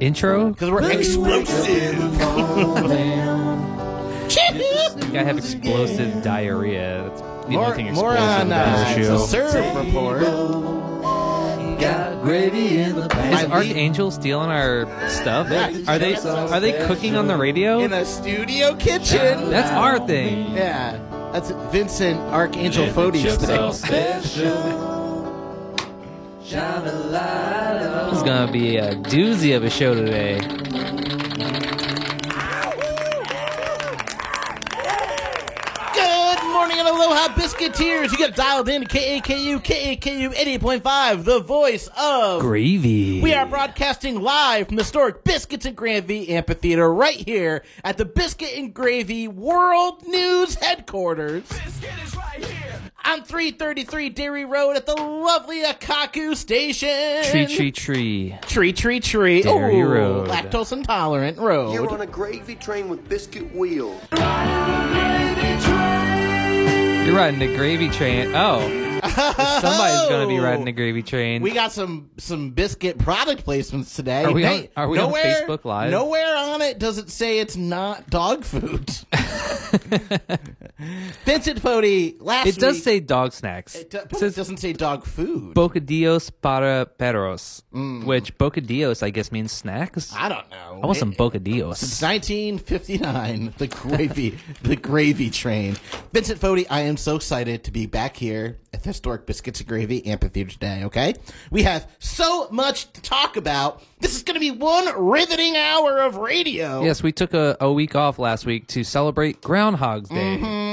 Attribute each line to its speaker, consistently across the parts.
Speaker 1: intro.
Speaker 2: Because we're explosive.
Speaker 1: I think I have explosive diarrhea. That's the
Speaker 2: More,
Speaker 1: only thing
Speaker 2: more
Speaker 1: explosive
Speaker 2: on
Speaker 1: about
Speaker 2: uh,
Speaker 1: this
Speaker 2: the
Speaker 1: show.
Speaker 2: serve report.
Speaker 1: Is
Speaker 2: I
Speaker 1: Archangel stealing our stuff? Are they are they cooking on the radio?
Speaker 2: In a studio kitchen.
Speaker 1: That's our thing.
Speaker 2: Yeah, that's Vincent Archangel Fodes today.
Speaker 1: This is gonna be a doozy of a show today.
Speaker 2: Good morning and aloha, biscuiteers. You got dialed in to KAKU, KAKU 88.5, the voice of.
Speaker 1: Gravy.
Speaker 2: We are broadcasting live from the historic Biscuits and Gravy Amphitheater right here at the Biscuit and Gravy World News Headquarters. On 333 Dairy Road at the lovely Akaku Station.
Speaker 1: tree tree tree.
Speaker 2: Tree, tree, tree.
Speaker 1: Dairy
Speaker 2: Ooh,
Speaker 1: Road.
Speaker 2: Lactose intolerant road.
Speaker 3: You're on a gravy train with biscuit wheels.
Speaker 1: You're riding the gravy train. Oh, somebody's gonna be riding the gravy train.
Speaker 2: Oh. We got some some biscuit product placements today.
Speaker 1: Are we
Speaker 2: They-
Speaker 1: on- are we on Facebook Live?
Speaker 2: Nowhere on it does it say it's not dog food. Vincent Fodi last
Speaker 1: it does
Speaker 2: week-
Speaker 1: say dog snacks.
Speaker 2: it, do-
Speaker 1: It
Speaker 2: but it
Speaker 1: says
Speaker 2: doesn't say dog food.
Speaker 1: bocadillos para perros, which bocadillos I guess means snacks. I
Speaker 2: Mm. I don't know.
Speaker 1: want some
Speaker 2: It-
Speaker 1: bocadillos.
Speaker 2: It's 1959. The gravy, the gravy train. Vincent Fodi, I am so excited to be back here at the historic Biscuits and Gravy Amphitheater today. Okay, we have so much to talk about. This is going to be one riveting hour of radio.
Speaker 1: Yes, we took a, a week off last week to celebrate Groundhog's Day.
Speaker 2: We-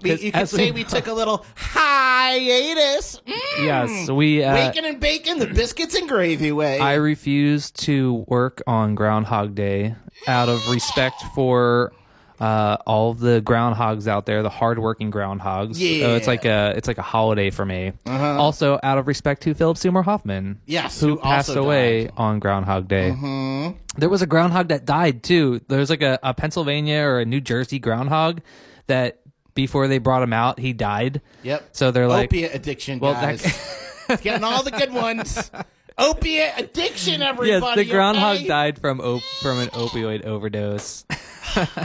Speaker 1: 'Cause
Speaker 2: you could
Speaker 1: as
Speaker 2: say
Speaker 1: we-
Speaker 2: we took a little hiatus. Mm.
Speaker 1: Yes, we. Uh,
Speaker 2: Bacon and bacon, the biscuits and gravy way.
Speaker 1: I refuse to work on Groundhog Day out of respect for uh, all the groundhogs out there, the hardworking groundhogs.
Speaker 2: Yeah.
Speaker 1: So it's like a it's like a holiday for me. Also, out of respect to Philip Seymour Hoffman,
Speaker 2: Yes,
Speaker 1: who,
Speaker 2: who also
Speaker 1: passed away
Speaker 2: died. Mm-hmm.
Speaker 1: on Groundhog Day. There was a groundhog that died too. There was like a, a Pennsylvania or a New Jersey groundhog that before they brought him out, he died.
Speaker 2: yep.
Speaker 1: So they're like,
Speaker 2: opiate addiction,
Speaker 1: well, that-
Speaker 2: guys. It's Getting all the good ones. Opiate addiction, everybody.
Speaker 1: Yes, the groundhog
Speaker 2: okay?
Speaker 1: died from op- from an opioid overdose.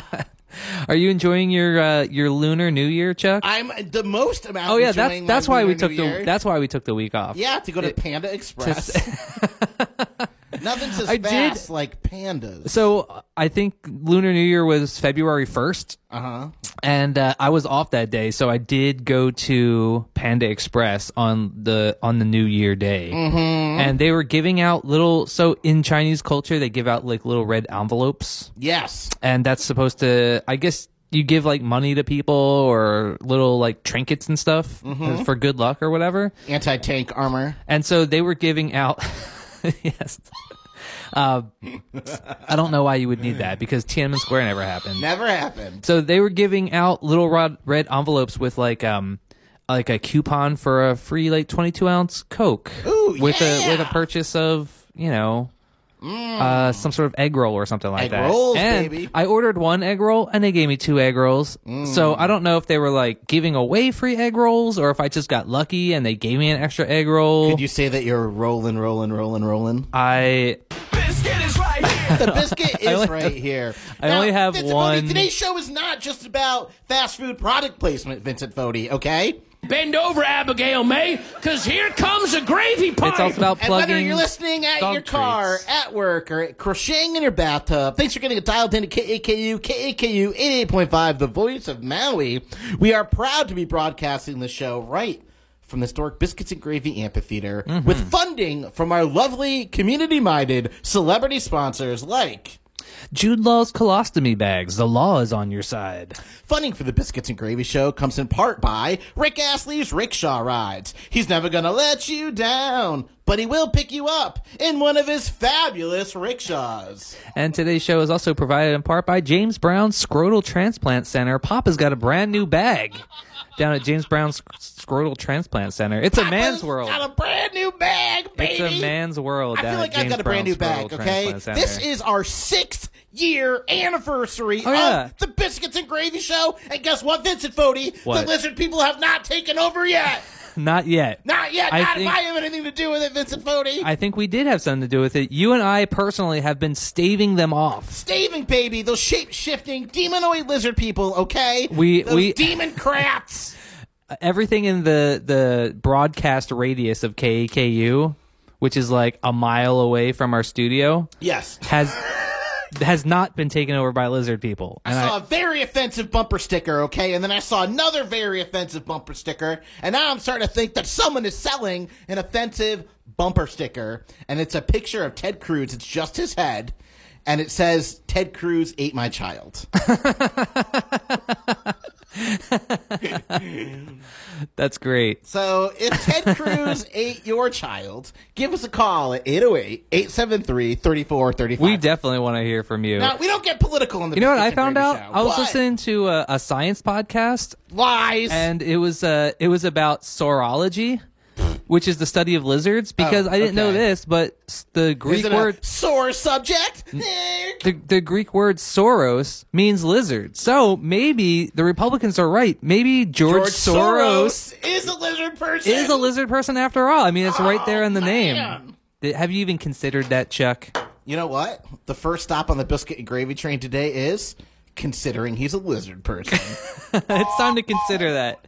Speaker 1: Are you enjoying your uh, your Lunar New Year, Chuck?
Speaker 2: I'm the most amount.
Speaker 1: oh yeah, that's
Speaker 2: enjoying my
Speaker 1: that's why we
Speaker 2: Lunar
Speaker 1: took
Speaker 2: New
Speaker 1: the
Speaker 2: Year.
Speaker 1: that's why we took the week off.
Speaker 2: yeah to go to Panda Express. Nothing says
Speaker 1: I did-
Speaker 2: fast like pandas.
Speaker 1: So uh, I think Lunar New Year was February first,
Speaker 2: Uh huh.
Speaker 1: and uh, I was off that day, so I did go to Panda Express on the on the New Year day, mm-hmm. and they were giving out little. So in Chinese culture, they give out like little red envelopes.
Speaker 2: Yes.
Speaker 1: and that's supposed to i guess you give like money to people or little like trinkets and stuff for good luck or whatever
Speaker 2: Anti tank armor.
Speaker 1: and so they were giving out yes um, i don't know why you would need that because tiananmen square never happened
Speaker 2: Never happened.
Speaker 1: so they were giving out little rod, red envelopes with like um like a coupon for a free like 22 ounce coke
Speaker 2: Ooh,
Speaker 1: with
Speaker 2: yeah. Mm.
Speaker 1: a with a purchase of you know uh, some sort of egg roll or something like
Speaker 2: Egg
Speaker 1: that.
Speaker 2: rolls,
Speaker 1: and
Speaker 2: baby.
Speaker 1: I ordered one egg roll and they gave me two egg rolls.
Speaker 2: Mm.
Speaker 1: So I don't know if they were like giving away free egg rolls or if I just got lucky and they gave me an extra egg roll.
Speaker 2: Did you say that you're rolling, rolling, rolling, rolling?
Speaker 1: I
Speaker 2: The biscuit is
Speaker 1: only-
Speaker 2: right here.
Speaker 1: I only have
Speaker 2: Vincent Fodi,
Speaker 1: one-
Speaker 2: today's show is not just about fast food product placement, Vincent Fodi. Okay.
Speaker 4: Bend over, Abigail May, because here comes a gravy party.
Speaker 1: it's all about
Speaker 2: And
Speaker 1: plugging.
Speaker 2: whether you're listening at
Speaker 1: dog
Speaker 2: your car,
Speaker 1: treats.
Speaker 2: at work, or crocheting in your bathtub, thanks for getting dialed into KAKU, KAKU 88.5, the voice of Maui. We are proud to be broadcasting the show right from the historic Biscuits and Gravy Amphitheater
Speaker 1: Mm-hmm.
Speaker 2: with funding from our lovely, community minded celebrity sponsors like.
Speaker 1: Jude Law's colostomy bags. The law is on your side.
Speaker 2: Funding for the Biscuits and Gravy Show comes in part by Rick Astley's Rickshaw Rides. He's never gonna let you down, but he will pick you up in one of his fabulous rickshaws.
Speaker 1: And today's show is also provided in part by James Brown Scrotal Transplant Center. Papa's got a brand new bag down at James Brown Sc- Scrotal Transplant Center. It's a man's world.
Speaker 2: Got a brand new bag, baby.
Speaker 1: It's a man's world.
Speaker 2: I
Speaker 1: down
Speaker 2: feel
Speaker 1: at
Speaker 2: like I've
Speaker 1: James
Speaker 2: got a
Speaker 1: Brown
Speaker 2: brand new bag,
Speaker 1: Scrotal
Speaker 2: okay?
Speaker 1: Transplant
Speaker 2: This
Speaker 1: Center.
Speaker 2: is our sixth year anniversary
Speaker 1: Oh, yeah.
Speaker 2: of the Biscuits and Gravy Show. And guess what, Vincent Fodi? The
Speaker 1: What?
Speaker 2: lizard people have not taken over yet.
Speaker 1: Not yet.
Speaker 2: Not yet.
Speaker 1: I
Speaker 2: not
Speaker 1: think-
Speaker 2: if I have anything to do with it, Vincent Fodi.
Speaker 1: I think we did have something to do with it. You and I personally have been staving them off.
Speaker 2: Staving baby, those shape shifting demonoid lizard people. Okay,
Speaker 1: We-
Speaker 2: those
Speaker 1: we-
Speaker 2: demon crats.
Speaker 1: Everything in the the broadcast radius of KAKU, which is like a mile away from our studio,
Speaker 2: yes.
Speaker 1: has has not been taken over by lizard people. And
Speaker 2: I saw a very offensive bumper sticker, okay, and then I saw another very offensive bumper sticker, and now I'm starting to think that someone is selling an offensive bumper sticker, and it's a picture of Ted Cruz. It's just his head, and it says, "Ted Cruz ate my child."
Speaker 1: that's great.
Speaker 2: So if Ted Cruz ate your child, give us a call at 808 873 3435.
Speaker 1: We definitely want to hear from you.
Speaker 2: Now, we don't get political in the
Speaker 1: you know what I
Speaker 2: Biscuits
Speaker 1: found
Speaker 2: and Gravy
Speaker 1: out?
Speaker 2: Show,
Speaker 1: I was
Speaker 2: but
Speaker 1: listening to a, a science podcast
Speaker 2: Lies.
Speaker 1: and it was uh it was about sorology, which is the study of lizards. Because
Speaker 2: Oh,
Speaker 1: I didn't know
Speaker 2: okay.
Speaker 1: this, but s- the
Speaker 2: is
Speaker 1: Greek
Speaker 2: it
Speaker 1: word Mm.
Speaker 2: a sore subject? Eh,
Speaker 1: the, the Greek word soros means lizard. So maybe the Republicans are right. Maybe George,
Speaker 2: George
Speaker 1: Soros,
Speaker 2: Soros is a lizard person.
Speaker 1: is a lizard person after all. I mean, it's right there in the
Speaker 2: Oh, man.
Speaker 1: name. Th- Have you even considered that, Chuck?
Speaker 2: You know what? The first stop on the biscuit and gravy train today is considering he's a lizard person.
Speaker 1: it's time to consider that.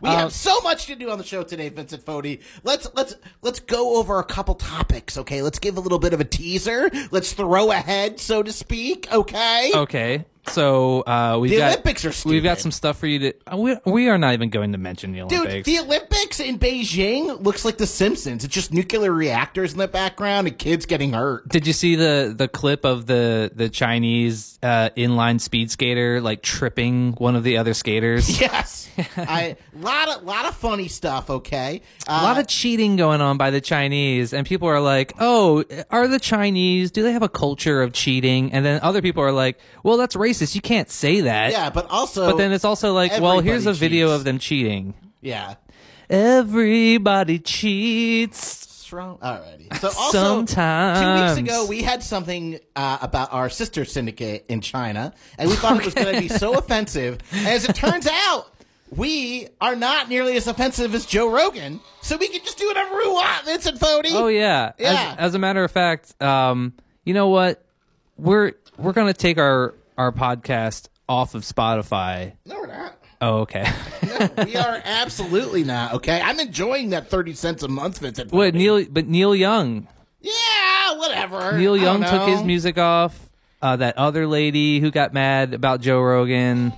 Speaker 2: We
Speaker 1: Uh,
Speaker 2: have so much to do on the show today, Vincent Fodi. Let's let's let's go over a couple topics, okay? Let's give a little bit of a teaser. Let's throw ahead, so to speak, okay?
Speaker 1: Okay. So uh, we've
Speaker 2: The
Speaker 1: got
Speaker 2: Olympics are
Speaker 1: we've got
Speaker 2: stupid.
Speaker 1: some stuff for you to. uh, We, we are not even going to mention the
Speaker 2: Dude,
Speaker 1: Olympics.
Speaker 2: the Olympics in Beijing looks like the Simpsons. It's just nuclear reactors in the background and kids getting hurt.
Speaker 1: Did you see the the clip of the the Chinese uh, inline speed skater like tripping one of the other skaters?
Speaker 2: Yes. I lot of lot of funny stuff, okay? Uh,
Speaker 1: A lot of cheating going on by the Chinese, and people are like, "Oh, are the Chinese? Do they have a culture of cheating?" And then other people are like, "Well, that's racist. You can't say that."
Speaker 2: yeah, but also
Speaker 1: But then it's also like, "Well, here's a
Speaker 2: everybody
Speaker 1: video
Speaker 2: cheats.
Speaker 1: of them cheating."
Speaker 2: Yeah.
Speaker 1: Everybody cheats.
Speaker 2: Strong. Alrighty. So also, two
Speaker 1: Sometimes.
Speaker 2: weeks ago we had something uh, about our sister syndicate in China, and we thought it was going to be so offensive. And as it turns out, we are not nearly as offensive as Joe Rogan, so we can just do whatever we want, Vincent Fodi.
Speaker 1: Oh yeah. As-
Speaker 2: Yeah.
Speaker 1: As, a matter of fact, um, you know what? We're we're gonna take our our podcast off of Spotify.
Speaker 2: No, we're not.
Speaker 1: Oh, okay.
Speaker 2: No, we are absolutely not. Okay, I'm enjoying that thirty cents a month, Vincent.
Speaker 1: what
Speaker 2: Fodi.
Speaker 1: Neil? But Neil Young.
Speaker 2: Yeah, whatever.
Speaker 1: Neil
Speaker 2: I don't
Speaker 1: Young took his
Speaker 2: know.
Speaker 1: music off. Uh, that other lady who got mad about Joe Rogan.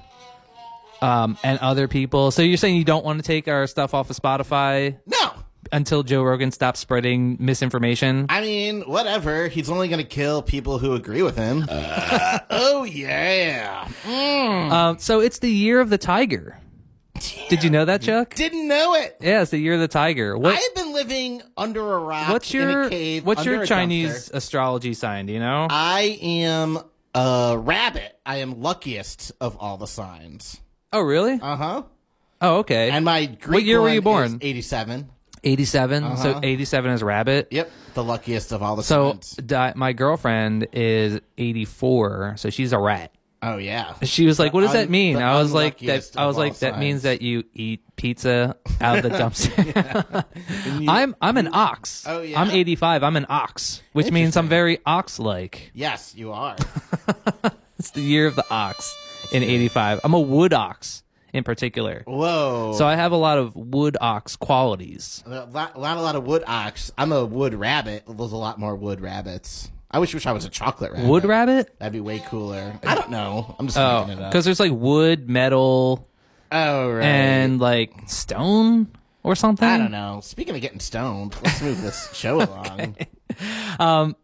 Speaker 1: Um, and other people. So you're saying you don't want to take our stuff off of Spotify
Speaker 2: No,
Speaker 1: until Joe Rogan stops spreading misinformation?
Speaker 2: I mean, whatever. He's only going to kill people who agree with him. oh, yeah.
Speaker 1: Um, so it's the year of the tiger. Did you know that, Chuck?
Speaker 2: Didn't know it.
Speaker 1: Yeah, it's the year of the tiger. What,
Speaker 2: I've been living under a rock
Speaker 1: what's
Speaker 2: in
Speaker 1: your
Speaker 2: a cave.
Speaker 1: what's
Speaker 2: under
Speaker 1: your
Speaker 2: a
Speaker 1: Chinese
Speaker 2: dumpster.
Speaker 1: astrology sign? Do you know?
Speaker 2: I am a rabbit. I am luckiest of all the signs.
Speaker 1: oh, really?
Speaker 2: Uh huh.
Speaker 1: oh, okay.
Speaker 2: And my Greek
Speaker 1: What year were you
Speaker 2: one is
Speaker 1: born?
Speaker 2: 87.
Speaker 1: 87. So 87 is rabbit.
Speaker 2: Yep. The luckiest of all the
Speaker 1: So
Speaker 2: signs.
Speaker 1: di- my girlfriend is 84, so she's a rat.
Speaker 2: Oh, yeah.
Speaker 1: She was like, "What does
Speaker 2: un-
Speaker 1: that mean?"
Speaker 2: the
Speaker 1: I was like, "That
Speaker 2: unluckiest
Speaker 1: I
Speaker 2: of
Speaker 1: was
Speaker 2: all
Speaker 1: like that means
Speaker 2: signs."
Speaker 1: that you eat pizza out of the dumpster." I'm I'm an ox.
Speaker 2: Oh, yeah?
Speaker 1: I'm 85. I'm an ox, which means I'm very ox-like.
Speaker 2: Yes, you are.
Speaker 1: It's the year of the ox in 85. I'm a wood ox in particular.
Speaker 2: Whoa.
Speaker 1: So I have a lot of wood ox qualities.
Speaker 2: A lot, a lot, a lot of wood ox. I'm a wood rabbit. There's a lot more wood rabbits. I wish, wish I was a chocolate rabbit.
Speaker 1: Wood rabbit?
Speaker 2: That'd be way cooler. I don't know. I'm just
Speaker 1: Oh,
Speaker 2: making it up.
Speaker 1: because there's like wood, metal,
Speaker 2: Oh, right.
Speaker 1: and like stone or something.
Speaker 2: I don't know. Speaking of getting stoned, let's move this show along.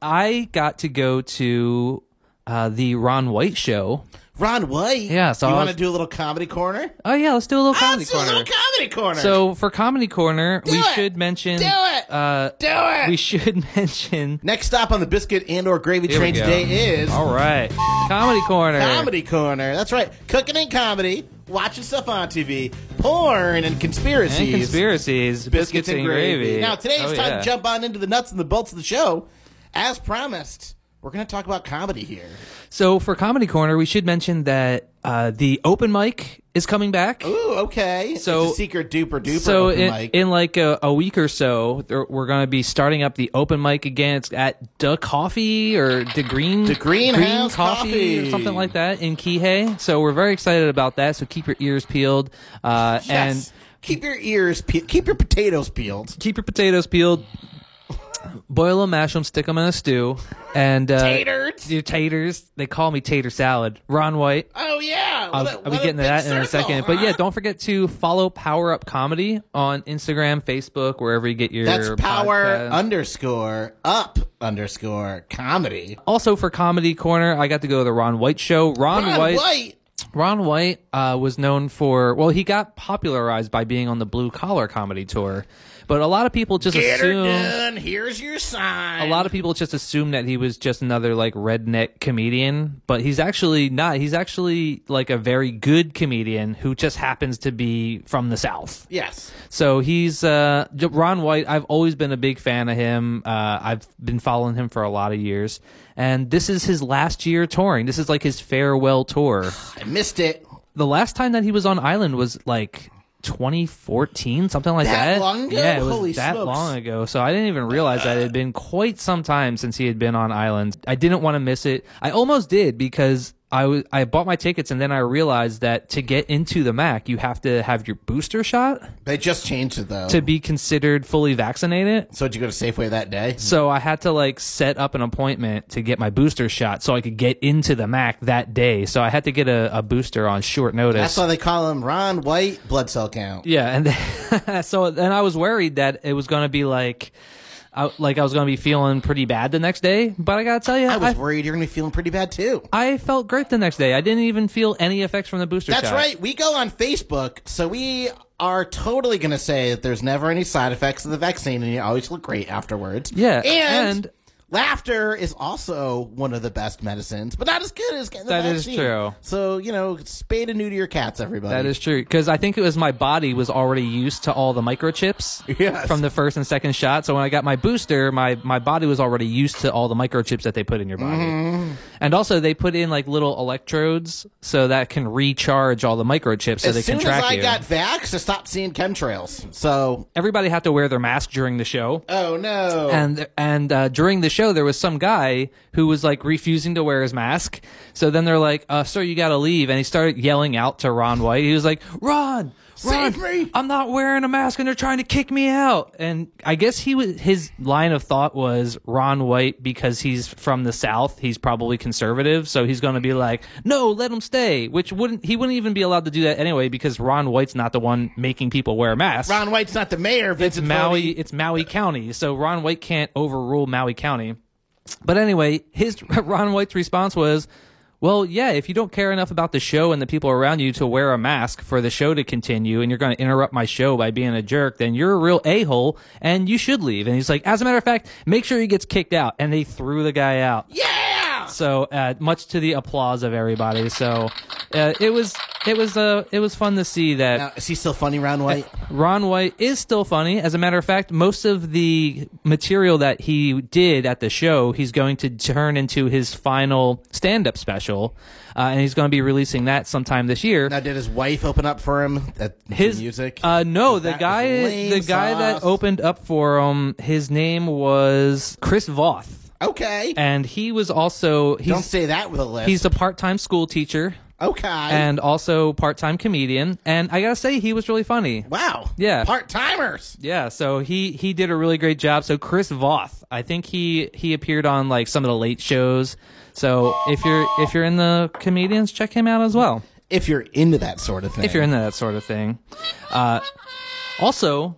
Speaker 1: I got to go to uh, the Ron White show.
Speaker 2: Ron White.
Speaker 1: Yeah, so
Speaker 2: you
Speaker 1: I
Speaker 2: want to
Speaker 1: was-
Speaker 2: do a little comedy corner?
Speaker 1: Oh yeah, let's do a little comedy
Speaker 2: Let's do a
Speaker 1: corner.
Speaker 2: little comedy corner.
Speaker 1: so for comedy corner, we
Speaker 2: it.
Speaker 1: should mention.
Speaker 2: do it.
Speaker 1: Uh,
Speaker 2: do it.
Speaker 1: we should mention.
Speaker 2: Next stop on the biscuit and or gravy
Speaker 1: we
Speaker 2: train
Speaker 1: go.
Speaker 2: today is
Speaker 1: All right, comedy corner.
Speaker 2: Comedy Corner. That's right. Cooking and comedy, watching stuff on TV, porn and conspiracies.
Speaker 1: and conspiracies, biscuits, and gravy.
Speaker 2: Now, today it's
Speaker 1: Oh,
Speaker 2: time
Speaker 1: yeah.
Speaker 2: to jump on into the nuts and the bolts of the show. As promised, We're going to talk about comedy here.
Speaker 1: So for Comedy Corner, we should mention that uh, the open mic is coming back.
Speaker 2: Ooh, okay.
Speaker 1: So-
Speaker 2: it's a secret duper duper
Speaker 1: so
Speaker 2: open
Speaker 1: in,
Speaker 2: mic.
Speaker 1: in like a, a week or so, there- we're going to be starting up the open mic again. It's at the Coffee or the Green
Speaker 2: The Greenhouse Coffee.
Speaker 1: or something like that in Kihei. So we're very excited about that. So keep your ears peeled uh,
Speaker 2: yes.
Speaker 1: and
Speaker 2: keep your ears pe- keep your potatoes peeled.
Speaker 1: keep your potatoes peeled. Boil them, mash them, stick them in a stew, and uh,
Speaker 2: Taters.
Speaker 1: Your taters. They call me tater salad. Ron White.
Speaker 2: Oh yeah.
Speaker 1: I'll, I'll be getting to that in a second. But yeah, don't forget to follow Power Up Comedy on Instagram, Facebook, wherever you get your
Speaker 2: That's power
Speaker 1: podcasts.
Speaker 2: underscore up underscore comedy.
Speaker 1: also for Comedy Corner, I got to go to the Ron White show. Ron,
Speaker 2: Ron
Speaker 1: White,
Speaker 2: White.
Speaker 1: Ron White uh, was known for well, he got popularized by being on the Blue Collar Comedy Tour, but a lot of people just
Speaker 2: Get her
Speaker 1: assume
Speaker 2: done. Here's your sign.
Speaker 1: a lot of people just assume that he was just another like redneck comedian, but he's actually not. He's actually like a very good comedian who just happens to be from the South.
Speaker 2: Yes.
Speaker 1: So he's uh, J- Ron White. I've always been a big fan of him. Uh, I've been following him for a lot of years, and this is his last year touring. This is like his farewell tour.
Speaker 2: I missed it.
Speaker 1: The last time that he was on Island was like 2014, something like
Speaker 2: That
Speaker 1: that.
Speaker 2: long ago?
Speaker 1: Yeah, it was
Speaker 2: Holy
Speaker 1: that
Speaker 2: smokes.
Speaker 1: long ago. So I didn't even realize that it had been quite some time since he had been on Island. I didn't want to miss it. I almost did because. I w- I bought my tickets and then I realized that to get into the MAC, you have to have your booster shot
Speaker 2: They just changed it though.
Speaker 1: to be considered fully vaccinated.
Speaker 2: so did you go to Safeway that day?
Speaker 1: So I had to like set up an appointment to get my booster shot so I could get into the MAC that day. So I had to get a, a booster on short notice.
Speaker 2: That's why they call him Ron White blood cell count.
Speaker 1: yeah, and then, so then I was worried that it was gonna be like, I, like I was gonna be feeling pretty bad the next day. But I gotta tell you,
Speaker 2: I
Speaker 1: I,
Speaker 2: was worried you're gonna be feeling pretty bad too.
Speaker 1: I felt great the next day. I didn't even feel any effects from the booster.
Speaker 2: That's
Speaker 1: shot.
Speaker 2: right. We go on Facebook, so we are totally going to say that there's never any side effects of the vaccine, and you always look great afterwards.
Speaker 1: Yeah,
Speaker 2: and,
Speaker 1: and-
Speaker 2: laughter is also one of the best medicines, but not as good as getting the
Speaker 1: That is
Speaker 2: vaccine.
Speaker 1: true.
Speaker 2: So you know, spay and neuter your cats, everybody.
Speaker 1: That is true because I think it was my body was already used to all the microchips
Speaker 2: Yes.
Speaker 1: from the first and second shot. So when I got my booster, my my body was already used to all the microchips that they put in your body,
Speaker 2: Mm-hmm.
Speaker 1: and also they put in like little electrodes so that can recharge all the microchips so
Speaker 2: As
Speaker 1: they
Speaker 2: soon
Speaker 1: can
Speaker 2: as
Speaker 1: track
Speaker 2: I
Speaker 1: you.
Speaker 2: got vaxxed, I stopped seeing chemtrails. So,
Speaker 1: Everybody had to wear their mask during the show.
Speaker 2: oh no.
Speaker 1: And and uh, during the show, there was some guy who was like refusing to wear his mask. So then they're like, uh, "Sir, you got to leave." And he started yelling out to Ron White. He was like, "Ron,
Speaker 2: Save
Speaker 1: Ron,
Speaker 2: me!"
Speaker 1: I'm not wearing a mask, and they're trying to kick me out." And I guess he was his line of thought was Ron White because he's from the South. He's probably conservative, so he's going to be like, "No, let him stay," which wouldn't he wouldn't even be allowed to do that anyway because Ron White's not the one making people wear masks.
Speaker 2: Ron White's not the mayor.
Speaker 1: It's
Speaker 2: Vincent
Speaker 1: Maui.
Speaker 2: Foley.
Speaker 1: It's Maui County. So Ron White can't overrule Maui County. But anyway, his Ron White's response was, "Well, yeah, if you don't care enough about the show and the people around you to wear a mask for the show to continue, and you're going to interrupt my show by being a jerk, then you're a real a hole, and you should leave." And he's like, "As a matter of fact, make sure he gets kicked out." And they threw the guy out.
Speaker 2: Yeah.
Speaker 1: So uh, much to the applause of everybody. So uh, it was it was uh, it was fun to see that.
Speaker 2: Now, Uh, is he still funny, Ron
Speaker 1: Uh,
Speaker 2: White?
Speaker 1: Ron White is still funny. As a matter of fact, most of the material that he did at the show, he's going to turn into his final stand up special. Uh, and he's going to be releasing that sometime this year.
Speaker 2: now, did his wife open up for him? That
Speaker 1: his
Speaker 2: music.
Speaker 1: Uh, no, the
Speaker 2: That
Speaker 1: guy,
Speaker 2: was lame
Speaker 1: the guy
Speaker 2: sauce.
Speaker 1: that opened up for him, his name was Chris Voth,
Speaker 2: okay.
Speaker 1: and he was also
Speaker 2: Don't
Speaker 1: he's
Speaker 2: say that with a list.
Speaker 1: he's a part time school teacher
Speaker 2: okay.
Speaker 1: and also part time comedian. And I gotta say, he was really funny.
Speaker 2: wow.
Speaker 1: Yeah.
Speaker 2: Part timers.
Speaker 1: Yeah, so he he did a really great job. So Chris Voth, I think he he appeared on like some of the late shows. So if you're if you're in the comedians, check him out as well.
Speaker 2: If you're into that sort of thing.
Speaker 1: If you're into that sort of thing. Uh, also,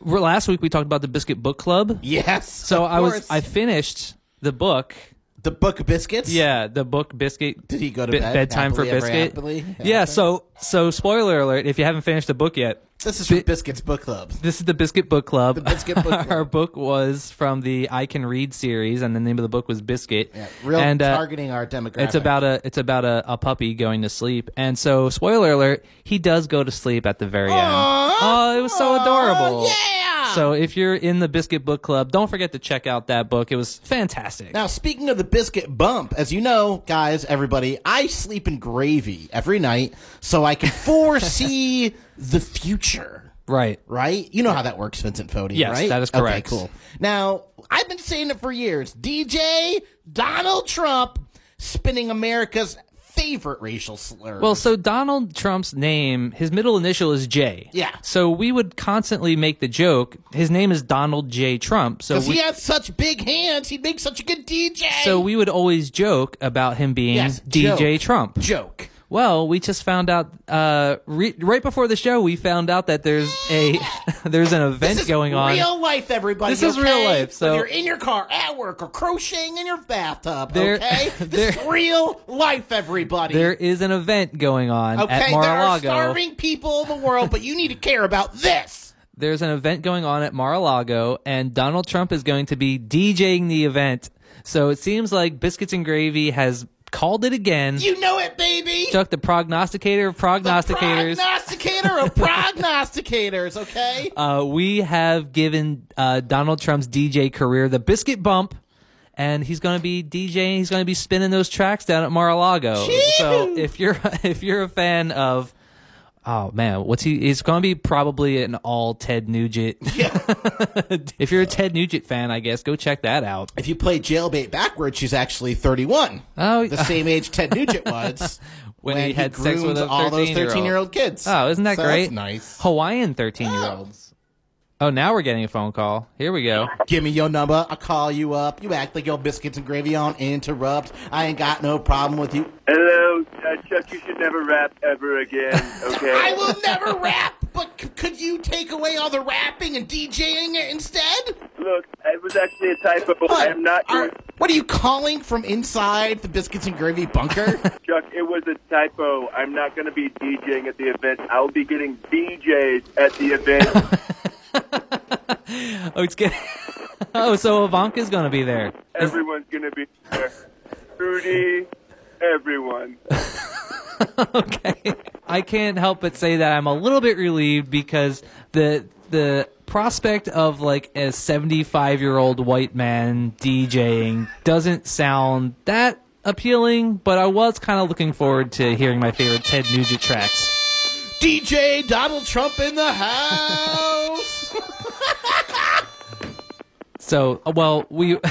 Speaker 1: we're- last week we talked about the Biscuit Book Club.
Speaker 2: Yes.
Speaker 1: So
Speaker 2: of
Speaker 1: I was
Speaker 2: course.
Speaker 1: I finished the book.
Speaker 2: the book of biscuits.
Speaker 1: Yeah, the book Biscuit.
Speaker 2: Did he go to
Speaker 1: Bi-
Speaker 2: bed
Speaker 1: bedtime for
Speaker 2: happily ever
Speaker 1: Biscuit?
Speaker 2: happily?
Speaker 1: Yeah. So so spoiler alert: if you haven't finished the book yet,
Speaker 2: This is from Biscuits Book Club.
Speaker 1: This is the Biscuit Book Club.
Speaker 2: Biscuit Book Club.
Speaker 1: Our book was from the I Can Read series, and the name of the book was Biscuit.
Speaker 2: Yeah, real
Speaker 1: and, uh,
Speaker 2: targeting our demographic.
Speaker 1: It's about a it's about a, a puppy going to sleep, and so spoiler alert, he does go to sleep at the very end. Oh, it was so
Speaker 2: Aw,
Speaker 1: adorable.
Speaker 2: yeah!
Speaker 1: So if you're in the Biscuit Book Club, don't forget to check out that book. It was fantastic.
Speaker 2: Now, speaking of the biscuit bump, as you know, guys, everybody, I sleep in gravy every night so I can foresee the future.
Speaker 1: right.
Speaker 2: Right? You know how that works, Vincent Fodi,
Speaker 1: Yes,
Speaker 2: right?
Speaker 1: that is
Speaker 2: Okay,
Speaker 1: correct.
Speaker 2: cool. Now, I've been saying it for years. DJ Donald Trump spinning America's favorite racial slur.
Speaker 1: Well, so Donald Trump's name, his middle initial is J.
Speaker 2: Yeah.
Speaker 1: So we would constantly make the joke. His name is Donald J. Trump. So
Speaker 2: because
Speaker 1: we,
Speaker 2: he has such big hands, he'd make such a good DJ.
Speaker 1: so we would always joke about him being
Speaker 2: Yes,
Speaker 1: DJ
Speaker 2: joke.
Speaker 1: Trump.
Speaker 2: joke.
Speaker 1: Well, we just found out uh, re- right before the show. We found out that there's a there's an event
Speaker 2: This is
Speaker 1: going on.
Speaker 2: Real life, everybody.
Speaker 1: This is
Speaker 2: okay?
Speaker 1: real life, so-
Speaker 2: Whether you're in your car, at work, or crocheting in your bathtub.
Speaker 1: There-
Speaker 2: okay, this is
Speaker 1: there-
Speaker 2: real life, everybody.
Speaker 1: There is an event going on
Speaker 2: okay,
Speaker 1: at
Speaker 2: there are
Speaker 1: Mar-a-Lago.
Speaker 2: starving people in the world, but you need to care about this.
Speaker 1: There's an event going on at Mar-a-Lago, and Donald Trump is going to be DJing the event. So it seems like Biscuits and Gravy has called it again.
Speaker 2: You know it, baby.
Speaker 1: Chuck, the prognosticator of prognosticators.
Speaker 2: Prognosticator of prognosticators. Okay.
Speaker 1: uh, we have given uh, Donald Trump's DJ career the biscuit bump, and he's going to be DJing. He's going to be spinning those tracks down at Mar-a-Lago. So if you're if you're a fan of Oh man, what's he? It's gonna be probably an all Ted Nugent. if you're a Ted Nugent fan, I guess go check that out.
Speaker 2: if you play Jailbait backwards, she's actually 31.
Speaker 1: Oh,
Speaker 2: the same age Ted Nugent was
Speaker 1: When he had sex
Speaker 2: groomed
Speaker 1: with a
Speaker 2: all those
Speaker 1: 13-year-old.
Speaker 2: thirteen-year-old kids.
Speaker 1: Oh, isn't that
Speaker 2: So
Speaker 1: great?
Speaker 2: That's nice.
Speaker 1: Hawaiian thirteen year olds. Oh, now we're getting a phone call. Here we go.
Speaker 2: Give me your number. I'll call you up. You act like your biscuits and gravy on interrupt. I ain't got no problem with you.
Speaker 5: Hello, uh, Chuck. You should never rap ever again. Okay.
Speaker 2: I will never rap, but c- could you take away all the rapping and DJing it instead?
Speaker 5: Look, it was actually a typo. I am not
Speaker 2: Are-
Speaker 5: your
Speaker 2: what are you calling from inside the biscuits and gravy bunker?
Speaker 5: Chuck. It was a typo. I'm not going to be DJing at the event. I'll be getting DJs at the event.
Speaker 1: Oh, it's getting. oh, so Ivanka's gonna be there.
Speaker 5: Everyone's going to be there. Rudy, everyone.
Speaker 1: okay. I can't help but say that I'm a little bit relieved because the the prospect of like a 75 year old white man DJing doesn't sound that appealing. But I was kind of looking forward to hearing my favorite Ted Nugent tracks.
Speaker 2: DJ Donald Trump in the house.
Speaker 1: So, uh, well, we.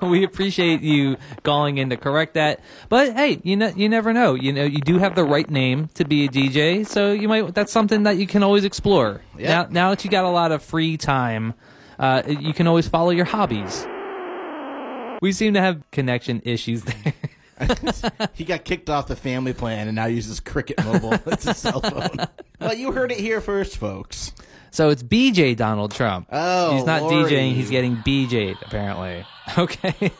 Speaker 1: We appreciate you calling in to correct that, but hey, you know you never know. You know you do have the right name to be a DJ, so you might. That's something that you can always explore.
Speaker 2: Yeah.
Speaker 1: Now, now that you got a lot of free time, uh, you can always follow your hobbies. We seem to have connection issues there.
Speaker 2: He got kicked off the family plan and now uses Cricket Mobile. That's his cell phone. Well, you heard it here first, folks.
Speaker 1: So it's BJ Donald Trump.
Speaker 2: Oh,
Speaker 1: he's not
Speaker 2: Lordy.
Speaker 1: DJing; he's getting BJ'd apparently. Okay.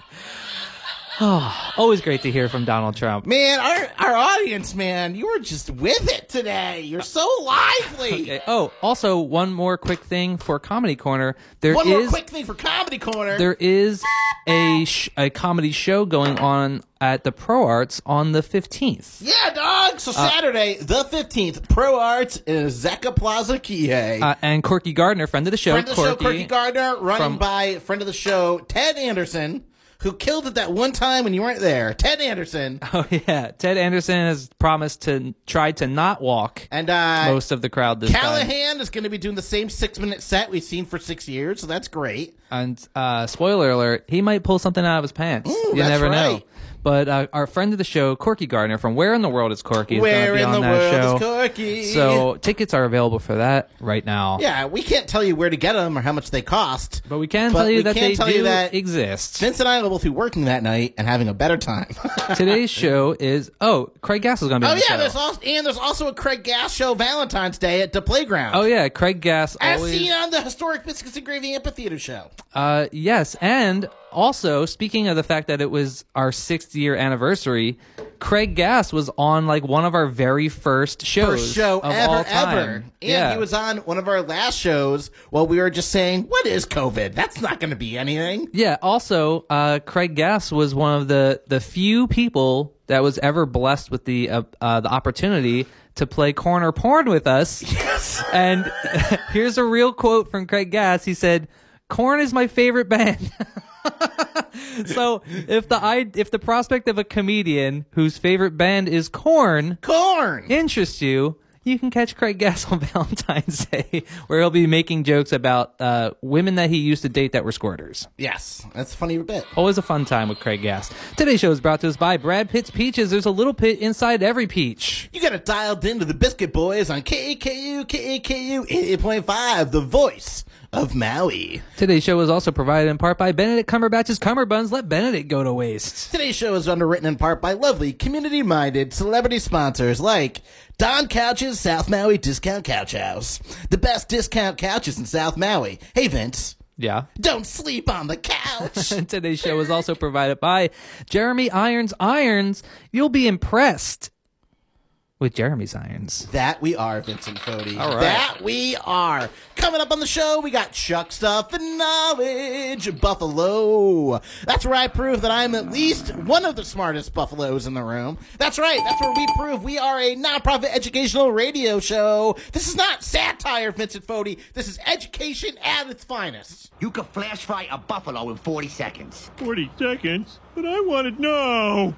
Speaker 1: oh, always great to hear from Donald Trump.
Speaker 2: Man, our our audience, man, you were just with it today. You're so lively.
Speaker 1: Okay. Oh, also one more quick thing for Comedy Corner. There is
Speaker 2: One more quick thing for Comedy Corner.
Speaker 1: there is a sh- a comedy show going on at the Pro Arts on the fifteenth.
Speaker 2: yeah, dog. So
Speaker 1: Uh,
Speaker 2: Saturday, the fifteenth, Pro Arts in Zeca Plaza Kihei.
Speaker 1: Uh, and Corky Gardner, friend of the show,
Speaker 2: friend of the show, Quirky Gardner, running
Speaker 1: from-
Speaker 2: by friend of the show, Ted Anderson, who killed it that one time when you weren't there. Ted Anderson.
Speaker 1: Oh yeah, Ted Anderson has promised to try to not walk
Speaker 2: And uh,
Speaker 1: most of the crowd this time.
Speaker 2: Callahan is going to be doing the same six minute set we've seen for six years, so that's great.
Speaker 1: And uh, spoiler alert, he might pull something out of his pants. you
Speaker 2: that's
Speaker 1: never know.
Speaker 2: right.
Speaker 1: But uh, our friend of the show, Corky Gardner from Where in the World is Corky? is gonna
Speaker 2: Where
Speaker 1: be
Speaker 2: in
Speaker 1: on
Speaker 2: the
Speaker 1: that
Speaker 2: world
Speaker 1: show.
Speaker 2: is Corky?
Speaker 1: So tickets are available for that right now.
Speaker 2: Yeah, we can't tell you where to get them or how much they cost.
Speaker 1: But we can tell you
Speaker 2: we
Speaker 1: that
Speaker 2: can
Speaker 1: they
Speaker 2: tell
Speaker 1: do
Speaker 2: you that
Speaker 1: exist.
Speaker 2: Vince and I will both be working that night and having a better time.
Speaker 1: Today's show is oh, Craig Gass is going to be.
Speaker 2: oh
Speaker 1: on the
Speaker 2: yeah,
Speaker 1: show.
Speaker 2: there's also and there's also a Craig Gass show Valentine's Day at the playground.
Speaker 1: oh yeah, Oh, Craig Gass
Speaker 2: as
Speaker 1: always.
Speaker 2: seen on the historic Biscuits and Gravy Amphitheater show.
Speaker 1: Uh, yes, and also speaking of the fact that it was our sixth year anniversary, Craig Gass was on like one of our very first shows
Speaker 2: First show
Speaker 1: of
Speaker 2: ever,
Speaker 1: all time.
Speaker 2: ever. And
Speaker 1: yeah,
Speaker 2: he was on one of our last shows while we were just saying, What is COVID? That's not going to be anything.
Speaker 1: Yeah. Also, uh, Craig Gass was one of the the few people that was ever blessed with the uh, uh, the opportunity to play corner porn with us. Yes. And here's a real quote from Craig Gass. He said, "Corn is my favorite band." so if the I, if the prospect of a comedian whose favorite band is Corn
Speaker 2: Corn.
Speaker 1: interests you, you can catch Craig Gass on Valentine's Day, where he'll be making jokes about uh, women that he used to date that were squirters.
Speaker 2: Yes, that's a funny bit.
Speaker 1: Always a fun time with Craig Gass. Today's show is brought to us by Brad Pitt's Peaches. There's a little pit inside every peach.
Speaker 2: You got it dialed into the Biscuit Boys on KAKU, KAKU 88.5, the voice of Maui.
Speaker 1: Today's show is also provided in part by Benedict Cumberbatch's Cumberbuns. Let Benedict go to waste.
Speaker 2: Today's show is underwritten in part by lovely, community minded celebrity sponsors like Don Couch's South Maui Discount Couch House, the best discount couches in South Maui. Hey, Vince,
Speaker 1: Yeah.
Speaker 2: don't sleep on the couch.
Speaker 1: And today's show is also provided by Jeremy Irons Irons. You'll be impressed with Jeremy's irons.
Speaker 2: That we are, Vincent Fodi.
Speaker 1: All right.
Speaker 2: That we are. Coming up on the show, we got Chuck Stuff and Knowledge Buffalo. That's where I prove that I'm at least one of the smartest buffaloes in the room. That's right. That's where we prove we are a nonprofit educational radio show. This is not satire, Vincent Fodi. This is education at its finest.
Speaker 6: You could flash fry a buffalo in 40 seconds.
Speaker 7: 40 seconds, but I want to know.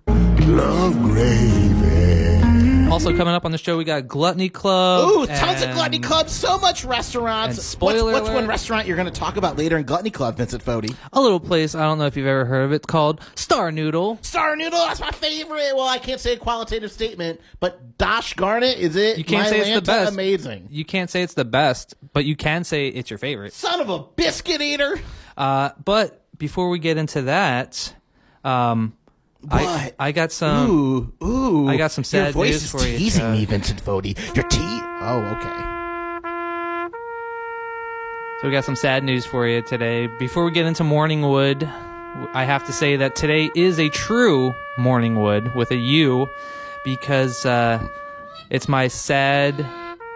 Speaker 1: Also coming up on the show, we got Gluttony Club.
Speaker 2: Ooh, tons of
Speaker 1: and-
Speaker 2: Gluttony Club, so much restaurants.
Speaker 1: and spoiler
Speaker 2: what's, what's one
Speaker 1: alert.
Speaker 2: restaurant you're going to talk about later in Gluttony Club, Vincent Fodi?
Speaker 1: A little place, I don't know if you've ever heard of it, called Star Noodle.
Speaker 2: Star Noodle, that's my favorite. Well, I can't say a qualitative statement, but Dosh Garnet, is it?
Speaker 1: You can't
Speaker 2: my
Speaker 1: say it's the
Speaker 2: Lanta?
Speaker 1: best.
Speaker 2: Amazing.
Speaker 1: You can't say it's the best, but you can say it's your favorite.
Speaker 2: Son of a biscuit eater.
Speaker 1: Uh, but before we get into that, um, I
Speaker 2: What?
Speaker 1: I got some.
Speaker 2: Ooh, ooh.
Speaker 1: I got some
Speaker 2: Your
Speaker 1: sad
Speaker 2: voice
Speaker 1: news
Speaker 2: is
Speaker 1: for you,
Speaker 2: teasing
Speaker 1: Chuck.
Speaker 2: me, Vincent Fodi. Your tea. Oh, okay.
Speaker 1: So we got some sad news for you today. Before we get into Morningwood, I have to say that today is a true Morningwood with a U, because uh, it's my sad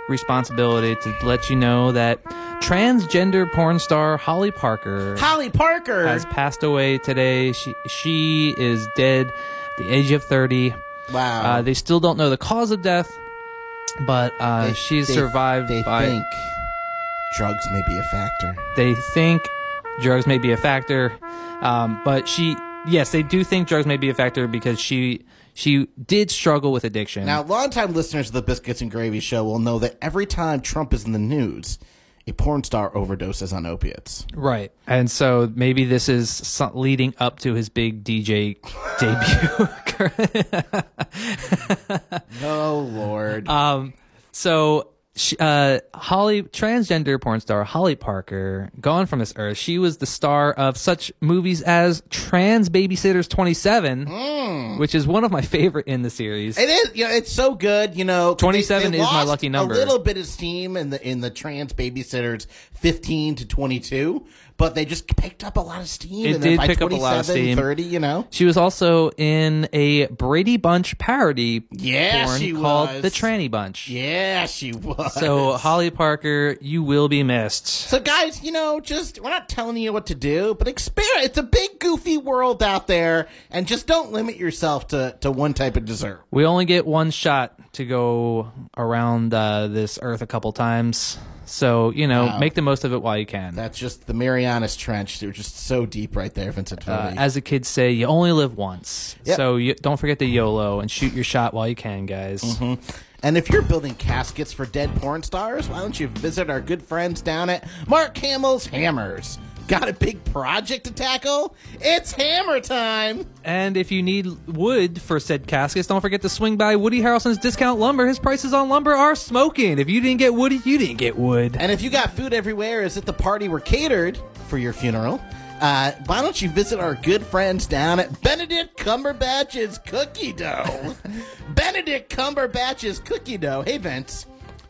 Speaker 1: responsibility to let you know that transgender porn star Holly Parker
Speaker 2: Holly Parker.
Speaker 1: has passed away today. She she is dead at the age of 30.
Speaker 2: wow.
Speaker 1: Uh, they still don't know the cause of death, but uh,
Speaker 2: They-
Speaker 1: she's
Speaker 2: they-
Speaker 1: survived
Speaker 2: They
Speaker 1: by.
Speaker 2: think drugs may be a factor.
Speaker 1: They think drugs may be a factor, um, but she yes, they do think drugs may be a factor because she she did struggle with addiction.
Speaker 2: Now, longtime listeners of the Biscuits and Gravy Show will know that every time Trump is in the news, a porn star overdoses on opiates.
Speaker 1: right, and so maybe this is so- leading up to his big DJ debut.
Speaker 2: Oh, Lord.
Speaker 1: So, sh uh, Holly, transgender porn star Holly Parker, gone from this earth. She was the star of such movies as Trans Babysitters 27, which is one of my favorite in the series.
Speaker 2: Hmm. It is. You know, it's so good. You know,
Speaker 1: 27 is my
Speaker 2: lost
Speaker 1: lucky number.
Speaker 2: A little bit of steam in the in the trans babysitters, fifteen to twenty two, but they just picked up a lot of steam.
Speaker 1: It
Speaker 2: and then
Speaker 1: did
Speaker 2: by
Speaker 1: pick up a lot of
Speaker 2: 27,
Speaker 1: steam.
Speaker 2: Thirty, you know.
Speaker 1: She was also in a Brady Bunch parody
Speaker 2: Yeah,
Speaker 1: porn
Speaker 2: she
Speaker 1: called
Speaker 2: was.
Speaker 1: The Tranny Bunch.
Speaker 2: Yeah, she was.
Speaker 1: So, Holly Parker, you will be missed.
Speaker 2: So guys, you know, just we're not telling you what to do, but experiment. It's a big goofy world out there, and just don't limit yourself to to one type of dessert.
Speaker 1: We only get one shot to go around uh, this earth a couple times. So, you know, make the most of it while you can.
Speaker 2: That's just the Marianas Trench. They're just so deep right there, Vincent.
Speaker 1: Uh,
Speaker 2: Fodi.
Speaker 1: as the kids say, you only live once.
Speaker 2: Yep.
Speaker 1: So you, don't forget the YOLO and shoot your shot while you can, guys.
Speaker 2: Mm-hmm. And if you're building caskets for dead porn stars, why don't you visit our good friends down at Mark Hamill's Hammers? Got a big project to tackle? It's hammer time!
Speaker 1: And if you need wood for said caskets, don't forget to swing by Woody Harrelson's Discount Lumber. His prices on lumber are smoking. If you didn't get wood, you didn't get wood.
Speaker 2: And if you got food everywhere, is it the party we're catered for your funeral? Uh, why don't you visit our good friends down at Benedict Cumberbatch's Cookie Dough? Benedict Cumberbatch's Cookie Dough. Hey, Vince.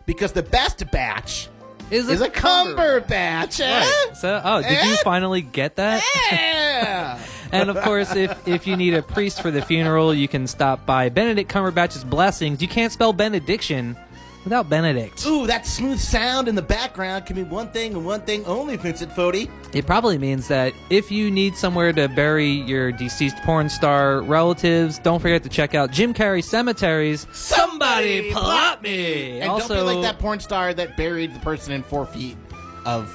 Speaker 2: Because the best batch
Speaker 1: Is
Speaker 2: is a Cumberbatch, eh?
Speaker 1: So, oh, did you
Speaker 2: Eh?
Speaker 1: finally get that?
Speaker 2: Yeah!
Speaker 1: And of course, if if you need a priest for the funeral, you can stop by Benedict Cumberbatch's blessings. You can't spell benediction without Benedict.
Speaker 2: Ooh, that smooth sound in the background can be one thing and one thing only, Vincent Fodi.
Speaker 1: It probably means that if you need somewhere to bury your deceased porn star relatives, don't forget to check out Jim Carrey Cemeteries.
Speaker 2: Somebody plot
Speaker 1: me.
Speaker 2: And
Speaker 1: also,
Speaker 2: don't be like that porn star that buried the person in four feet of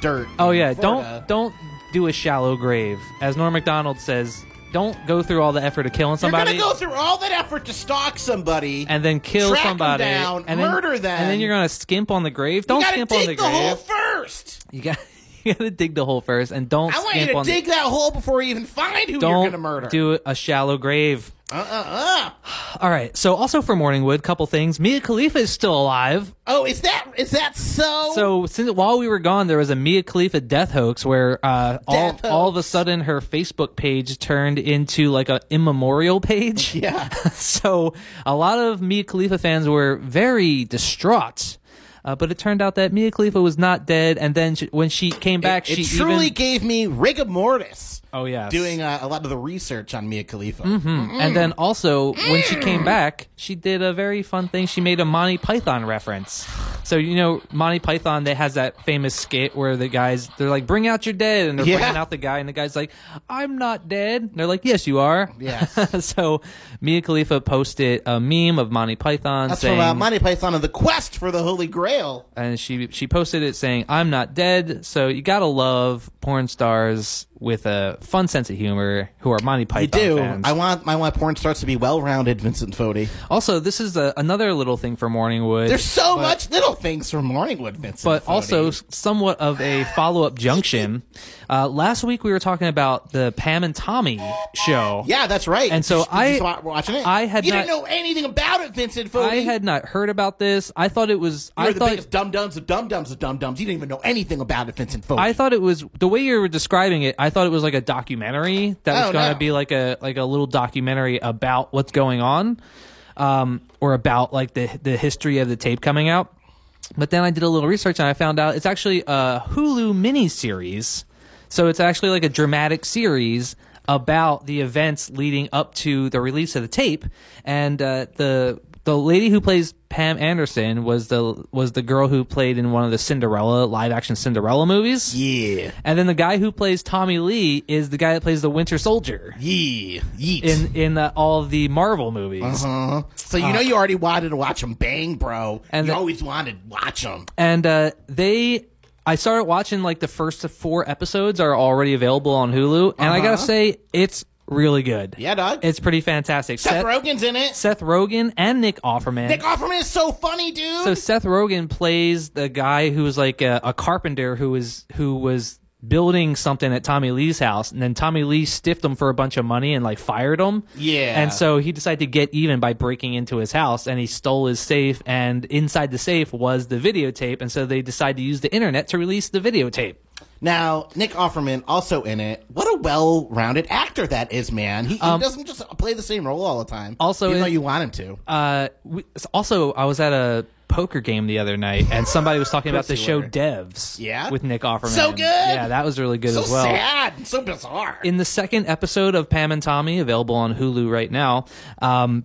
Speaker 2: dirt.
Speaker 1: oh
Speaker 2: in
Speaker 1: yeah,
Speaker 2: Florida.
Speaker 1: don't don't do a shallow grave. As Norm Macdonald says, don't go through all the effort of killing
Speaker 2: You're
Speaker 1: somebody.
Speaker 2: gonna go through all that effort to stalk somebody.
Speaker 1: and then kill
Speaker 2: track 'em
Speaker 1: somebody,
Speaker 2: down,
Speaker 1: and
Speaker 2: murder
Speaker 1: then,
Speaker 2: them.
Speaker 1: and then you're gonna skimp on the grave. Don't
Speaker 2: you gotta
Speaker 1: skimp
Speaker 2: dig
Speaker 1: on the,
Speaker 2: the,
Speaker 1: grave.
Speaker 2: hole first.
Speaker 1: You got you gotta dig the hole first, and don't
Speaker 2: I want
Speaker 1: skimp
Speaker 2: you to
Speaker 1: on
Speaker 2: dig
Speaker 1: the.
Speaker 2: that hole before you even find who
Speaker 1: Don't
Speaker 2: you're gonna murder.
Speaker 1: do a shallow grave.
Speaker 2: uh uh uh.
Speaker 1: All right. So also for Morningwood, couple things. Mia Khalifa is still alive.
Speaker 2: Oh, is that is that so?
Speaker 1: So since while we were gone, there was a Mia Khalifa death hoax where uh, all
Speaker 2: Death
Speaker 1: all of a
Speaker 2: hoax.
Speaker 1: sudden her Facebook page turned into like a immemorial page.
Speaker 2: yeah.
Speaker 1: so a lot of Mia Khalifa fans were very distraught. Uh, but it turned out that Mia Khalifa was not dead, and then she, when she came back,
Speaker 2: it,
Speaker 1: she
Speaker 2: it truly
Speaker 1: even,
Speaker 2: gave me rigor mortis.
Speaker 1: oh yes, Mm-hmm.
Speaker 2: Doing uh, a lot of the research on Mia Khalifa.
Speaker 1: and then also when she came back, she did a very fun thing. She made a Monty Python reference. So you know Monty Python, that has that famous skit where the guys they're like, "Bring out your dead," and they're
Speaker 2: Yeah.
Speaker 1: bringing out the guy, and the guy's like, "I'm not dead." And they're like, "Yes, you are."
Speaker 2: Yes.
Speaker 1: so Mia Khalifa posted a meme of Monty Python
Speaker 2: That's
Speaker 1: saying,
Speaker 2: from uh, Monty Python and the Quest for the Holy Grail.
Speaker 1: and she she posted it saying, "I'm not dead." So you gotta love porn stars with a fun sense of humor who are Monty
Speaker 2: I
Speaker 1: Python
Speaker 2: do.
Speaker 1: fans.
Speaker 2: I want I want porn stars to be well rounded, Vincent Fodi.
Speaker 1: also, this is a, another little thing for Morningwood,
Speaker 2: There's so much little things from Morningwood, Vincent.
Speaker 1: but
Speaker 2: Fodi.
Speaker 1: also somewhat of a follow up junction. Uh, last week we were talking about the Pam and Tommy show.
Speaker 2: yeah, that's right.
Speaker 1: And so
Speaker 2: Did you- did you
Speaker 1: I-
Speaker 2: wa- watching it.
Speaker 1: I had
Speaker 2: you didn't
Speaker 1: not-
Speaker 2: know anything about it, Vincent Fodi.
Speaker 1: I had not heard about this. I thought it was.
Speaker 2: You were
Speaker 1: I
Speaker 2: the
Speaker 1: thought
Speaker 2: biggest dum dums of dum dums of dum dums. You didn't even know anything about it, Vincent Fodi.
Speaker 1: I thought it was the way you were describing it. I thought it was like a documentary that was
Speaker 2: Oh,
Speaker 1: going to
Speaker 2: no.
Speaker 1: be like a like a little documentary about what's going on, um, or about like the the history of the tape coming out. But then I did a little research and I found out it's actually a Hulu miniseries. So it's actually like a dramatic series about the events leading up to the release of the tape, and uh, the the lady who plays Pam Anderson was the was the girl who played in one of the Cinderella live action Cinderella movies.
Speaker 2: yeah,
Speaker 1: And then the guy who plays Tommy Lee is the guy that plays the Winter Soldier
Speaker 2: yeah, yeet.
Speaker 1: in in uh, all the Marvel movies.
Speaker 2: so you know you already wanted to watch them bang, bro.
Speaker 1: And
Speaker 2: And you
Speaker 1: the-
Speaker 2: always wanted to watch them.
Speaker 1: And uh, they, I started watching like the first four episodes are already available on Hulu, and I gotta say it's really good.
Speaker 2: Uh-huh. Yeah, dog.
Speaker 1: it's pretty fantastic.
Speaker 2: Seth, Rogen's in it.
Speaker 1: Seth Rogen and Nick Offerman.
Speaker 2: Nick Offerman is so funny, dude.
Speaker 1: so Seth Rogen plays the guy who was like a, a carpenter who was who was building something at Tommy Lee's house, and then Tommy Lee stiffed him for a bunch of money and like fired him.
Speaker 2: Yeah.
Speaker 1: and so he decided to get even by breaking into his house, and he stole his safe, and inside the safe was the videotape, and so they decided to use the internet to release the videotape.
Speaker 2: now Nick Offerman also in it. What a well-rounded actor that is, man. He, he doesn't just play the same role all the time.
Speaker 1: Um, Also
Speaker 2: even though
Speaker 1: in-
Speaker 2: you want him to.
Speaker 1: Uh, we, also, I was at a poker game the other night, and somebody was talking about the
Speaker 2: Pussy
Speaker 1: show
Speaker 2: litter.
Speaker 1: Devs.
Speaker 2: Yeah?
Speaker 1: with Nick Offerman.
Speaker 2: So good!
Speaker 1: Yeah, that was really good
Speaker 2: so
Speaker 1: as well.
Speaker 2: sad, and so bizarre.
Speaker 1: in the second episode of Pam and Tommy, available on Hulu right now, um,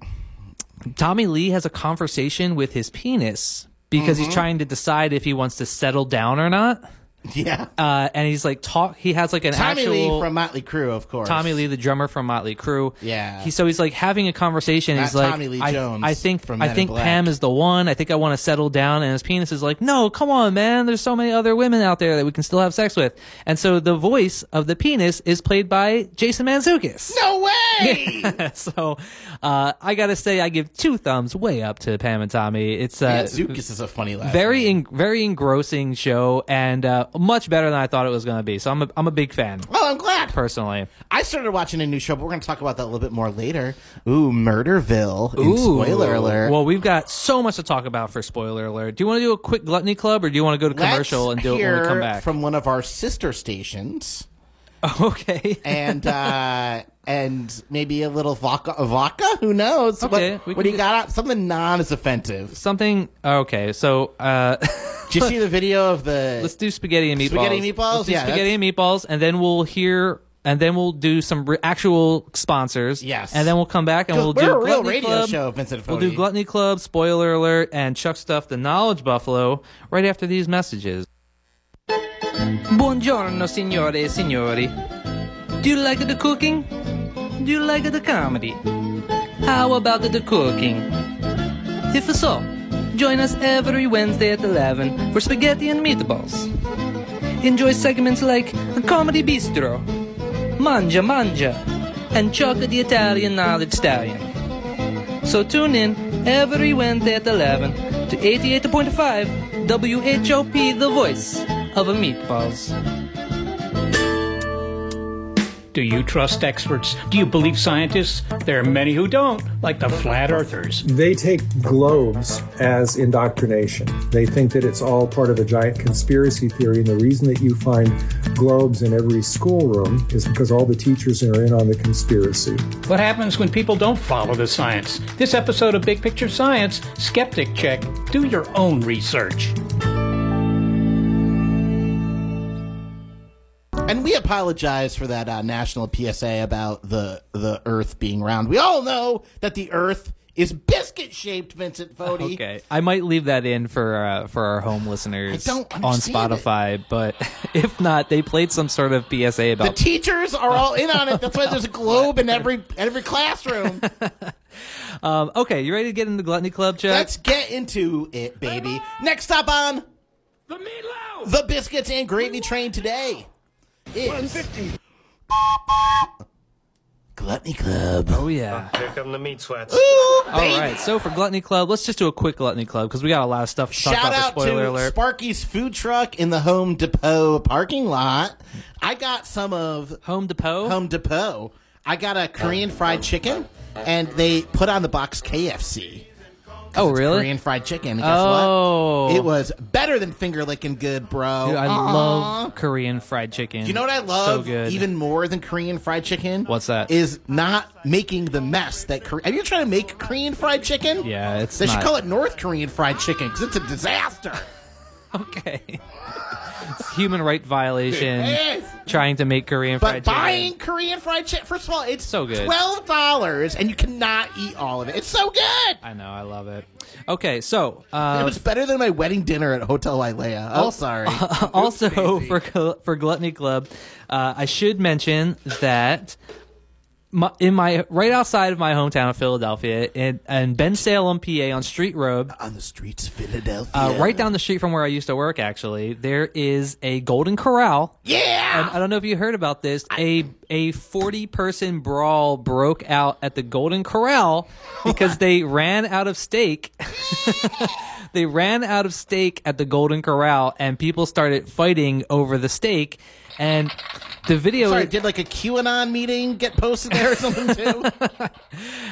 Speaker 1: Tommy Lee has a conversation with his penis because
Speaker 2: Mm-hmm.
Speaker 1: he's trying to decide if he wants to settle down or not.
Speaker 2: yeah,
Speaker 1: Uh, and he's like, talk. He has like an
Speaker 2: Tommy
Speaker 1: actual
Speaker 2: Lee from Motley Crue, of course.
Speaker 1: Tommy Lee, the drummer from Motley Crue.
Speaker 2: Yeah.
Speaker 1: He, so he's like having a conversation.
Speaker 2: Not
Speaker 1: he's like,
Speaker 2: Tommy Lee
Speaker 1: I,
Speaker 2: Jones
Speaker 1: I think
Speaker 2: from Men
Speaker 1: I
Speaker 2: in
Speaker 1: think
Speaker 2: Black.
Speaker 1: Pam is the one. I think I want to settle down. And his penis is like, no, come on, man. There's so many other women out there that we can still have sex with. And so the voice of the penis is played by Jason Manzukis.
Speaker 2: No way.
Speaker 1: so uh, I gotta say, I give two thumbs way up to Pam and Tommy. It's uh,
Speaker 2: Zukis is a funny laugh.
Speaker 1: very en- very engrossing show and uh, much better than I thought it was gonna be. So I'm a, I'm a big fan
Speaker 2: Oh, I'm glad.
Speaker 1: personally.
Speaker 2: I started watching a new show, but we're going to talk about that a little bit more later. Ooh, Murderville. And spoiler alert.
Speaker 1: Well, we've got so much to talk about for spoiler alert. Do you want to do a quick gluttony club or do you want to go to
Speaker 2: Let's
Speaker 1: commercial and do it when we come
Speaker 2: hear
Speaker 1: back?
Speaker 2: From one of our sister stations,
Speaker 1: okay.
Speaker 2: and uh, and maybe a little vodka. Vodka? Who knows?
Speaker 1: Okay, we
Speaker 2: what
Speaker 1: can
Speaker 2: what do you
Speaker 1: do-
Speaker 2: got? Out? Something non is offensive.
Speaker 1: Something. Okay. So uh,
Speaker 2: Did you see the video of the?
Speaker 1: let's do spaghetti and meatballs.
Speaker 2: Spaghetti and meatballs?
Speaker 1: Let's do
Speaker 2: Yeah,
Speaker 1: spaghetti and meatballs, and then we'll hear and then we'll do some re- actual sponsors.
Speaker 2: Yes.
Speaker 1: and then we'll come back and we'll do
Speaker 2: we're a real
Speaker 1: Gluttony
Speaker 2: radio
Speaker 1: Club.
Speaker 2: show, Vincent.
Speaker 1: We'll do
Speaker 2: Fodi.
Speaker 1: Gluttony Club, Spoiler Alert, and Chuck Stuff, The Knowledge Buffalo, right after these messages. Buongiorno, signore e signori. Do you like the cooking? Do you like the comedy? How about the cooking? If so, join us every Wednesday at 11 for spaghetti and meatballs. Enjoy segments like Comedy Bistro, Mangia Mangia, and Chuck the Italian Knowledge Stallion. So tune in every Wednesday at 11 to 88.5 WHOP The Voice of a Meatballs.
Speaker 8: Do you trust experts? Do you believe scientists? There are many who don't, like the flat earthers.
Speaker 9: They take globes as indoctrination. They think that it's all part of a giant conspiracy theory. And the reason that you find globes in every schoolroom is because all the teachers are in on the conspiracy.
Speaker 8: What happens when people don't follow the science? This episode of Big Picture Science, Skeptic Check. Do your own research.
Speaker 2: And we apologize for that uh, national PSA about the the Earth being round. We all know that the Earth is biscuit shaped, Vincent Fodi.
Speaker 1: Okay, I might leave that in for uh, for our home listeners
Speaker 2: I don't
Speaker 1: on
Speaker 2: understand it.
Speaker 1: Spotify, but if not, they played some sort of PSA
Speaker 2: The
Speaker 1: about.
Speaker 2: teachers are all in on it. That's why there's a globe in every every classroom.
Speaker 1: um, okay, you ready to get into Gluttony Club, Chuck?
Speaker 2: Let's get into it, baby. Next up on
Speaker 4: The meatloaf!
Speaker 2: the biscuits and gravy train today is Gluttony Club.
Speaker 1: oh yeah.
Speaker 10: Here come the meat sweats.
Speaker 2: Ooh,
Speaker 1: All
Speaker 2: baby.
Speaker 1: right, so for Gluttony Club, let's just do a quick Gluttony Club because we got a lot of stuff to talk
Speaker 2: Shout
Speaker 1: about.
Speaker 2: out
Speaker 1: for spoiler
Speaker 2: to
Speaker 1: alert.
Speaker 2: Sparky's food truck in the Home Depot parking lot. I got some of
Speaker 1: Home Depot.
Speaker 2: Home Depot. I got a Korean fried chicken, and they put on the box KFC.
Speaker 1: oh really?
Speaker 2: Korean fried chicken. And guess
Speaker 1: Oh.
Speaker 2: what? It was better than finger licking good, bro. Uh-uh.
Speaker 1: Dude, I
Speaker 2: Aw.
Speaker 1: love Korean fried chicken.
Speaker 2: You know what I
Speaker 1: So
Speaker 2: love
Speaker 1: good.
Speaker 2: even more than Korean fried chicken?
Speaker 1: What's that?
Speaker 2: Is not making the mess that Korean. Are you trying to make Korean fried chicken?
Speaker 1: Yeah, it's
Speaker 2: They
Speaker 1: not-
Speaker 2: should call it North Korean fried chicken because it's a disaster.
Speaker 1: Okay. it's human right violation.
Speaker 2: Yes.
Speaker 1: Trying to make Korean fried
Speaker 2: But
Speaker 1: chicken.
Speaker 2: buying Korean fried chicken, first of all, it's
Speaker 1: So good.
Speaker 2: twelve dollars, and you cannot eat all of it. It's so good.
Speaker 1: I know, I love it. Okay, so
Speaker 2: It
Speaker 1: uh,
Speaker 2: was better than my wedding dinner at Hotel Ilea. Oh, sorry.
Speaker 1: also for Gl- for Gluttony Club, uh, I should mention that my, in my right outside of my hometown of Philadelphia, in, in Ben Salem, PA, on Street Road,
Speaker 2: On the streets of Philadelphia,
Speaker 1: uh, right down the street from where I used to work, actually, there is a Golden Corral.
Speaker 2: Yeah.
Speaker 1: And I don't know if you heard about this. A a forty person brawl broke out at the Golden Corral because they ran out of steak. they ran out of steak at the Golden Corral, and people started fighting over the steak. And the video,
Speaker 2: sorry, did like a QAnon meeting get posted there or something too?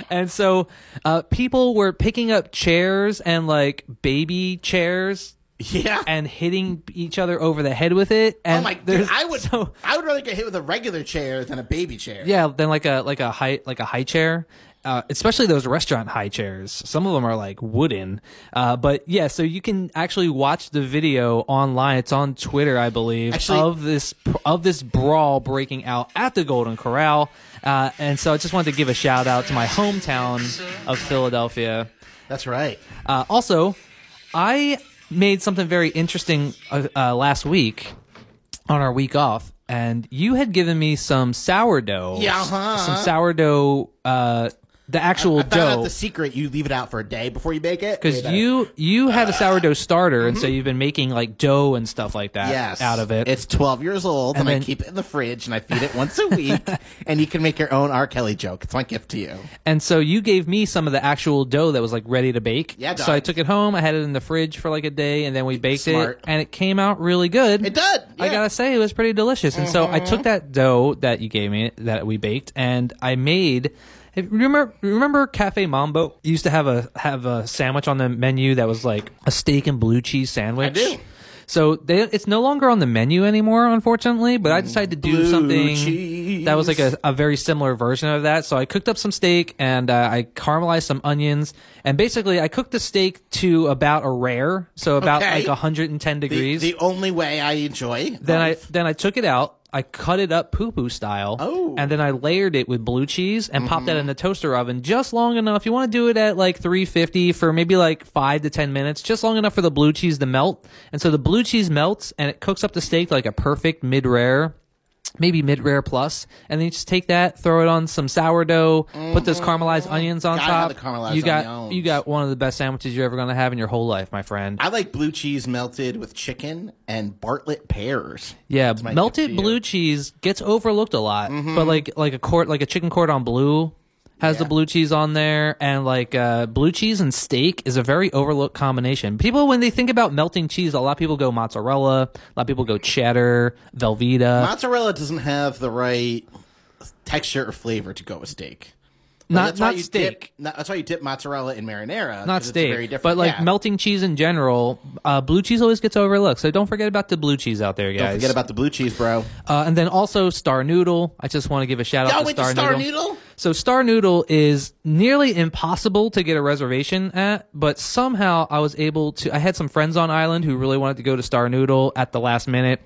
Speaker 1: and so uh, people were picking up chairs and like baby chairs
Speaker 2: yeah.
Speaker 1: and hitting each other over the head with it. And
Speaker 2: oh my, dude,
Speaker 1: there's-
Speaker 2: I would,
Speaker 1: so-
Speaker 2: I would rather get hit with a regular chair than a baby chair.
Speaker 1: Yeah, then like a like a high like a high chair. Uh, especially those restaurant high chairs. Some of them are like wooden. Uh, but yeah, so you can actually watch the video online. It's on Twitter, I believe,
Speaker 2: Actually-
Speaker 1: of this of this brawl breaking out at the Golden Corral. Uh, and so I just wanted to give a shout out to my hometown of Philadelphia.
Speaker 2: that's right.
Speaker 1: Uh, also, I made something very interesting uh, uh, last week on our week off, and you had given me some sourdough.
Speaker 2: Yeah, uh-huh.
Speaker 1: Some sourdough, uh, the actual
Speaker 2: I found out
Speaker 1: dough.
Speaker 2: the secret. You leave it out for a day before you bake it. Way Uh,
Speaker 1: Because
Speaker 2: better.
Speaker 1: you you had a sourdough starter, and so you've been making like dough and stuff like that
Speaker 2: yes.
Speaker 1: out of it.
Speaker 2: It's 12 years old, and,
Speaker 1: And then-
Speaker 2: I keep it in the fridge, and I feed it once a week. and you can make your own R. Kelly joke. It's my gift to you.
Speaker 1: and so you gave me some of the actual dough that was like ready to bake.
Speaker 2: Yeah,
Speaker 1: So
Speaker 2: dog.
Speaker 1: I took it home. I had it in the fridge for like a day, and then we baked
Speaker 2: Smart.
Speaker 1: it, and it came out really good.
Speaker 2: It did.
Speaker 1: I
Speaker 2: yeah.
Speaker 1: gotta say it was pretty delicious. And so I
Speaker 2: Mm-hmm.
Speaker 1: took that dough that you gave me that we baked, and I made. if- Remember, remember Cafe Mambo used to have a have a sandwich on the menu that was like a steak and blue cheese sandwich. I
Speaker 2: do.
Speaker 1: So they, it's no longer on the menu anymore, unfortunately. But I decided to do
Speaker 2: Blue
Speaker 1: something
Speaker 2: cheese.
Speaker 1: that was like a, a very similar version of that. So I cooked up some steak and uh, I caramelized some onions, and basically I cooked the steak to about a rare, so about
Speaker 2: Okay.
Speaker 1: like 110
Speaker 2: the,
Speaker 1: degrees
Speaker 2: the only way I enjoy.
Speaker 1: then I
Speaker 2: life.
Speaker 1: then I took it out. I cut it up poo poo style.
Speaker 2: Oh. Mm-hmm.
Speaker 1: And then I layered it with blue cheese and popped that in the toaster oven just long enough. You want to do it at like 350 for maybe like five to 10 minutes, just long enough for the blue cheese to melt. And so the blue cheese melts and it cooks up the steak like a perfect mid rare maybe mid rare plus, and then you just take that, throw it on some sourdough, put those caramelized onions on
Speaker 2: Mm-hmm. Gotta
Speaker 1: top.
Speaker 2: have the caramelized
Speaker 1: you got
Speaker 2: onions.
Speaker 1: you got one of the best sandwiches you're ever gonna have in your whole life, my friend.
Speaker 2: I like blue cheese melted with chicken and Bartlett pears.
Speaker 1: yeah,
Speaker 2: my tip to
Speaker 1: melted
Speaker 2: you. Mm-hmm.
Speaker 1: blue cheese gets overlooked a lot, but like like a court like a chicken cordon bleu has the blue cheese on there and like uh, blue cheese and steak is a very overlooked combination people when they think about melting cheese a lot of people go mozzarella a lot of people go cheddar velveeta
Speaker 2: Mozzarella doesn't have the right texture or flavor to go with steak. But
Speaker 1: not
Speaker 2: that's why
Speaker 1: not
Speaker 2: you dip-
Speaker 1: steak
Speaker 2: not- that's why you dip mozzarella in marinara.
Speaker 1: not
Speaker 2: 'cause it's
Speaker 1: steak,
Speaker 2: very different.
Speaker 1: but like
Speaker 2: yeah.
Speaker 1: melting cheese in general. Uh, blue cheese always gets overlooked, so don't forget about the blue cheese out there, guys.
Speaker 2: Don't forget about the blue cheese, bro.
Speaker 1: Uh, and then also Star Noodle. I just want to give a shout out
Speaker 2: Oh,
Speaker 1: to
Speaker 2: with
Speaker 1: Star,
Speaker 2: the star
Speaker 1: Noodle.
Speaker 2: noodle?
Speaker 1: So Star Noodle is nearly impossible to get a reservation at, but somehow I was able to. I had some friends on island who really wanted to go to Star Noodle at the last minute,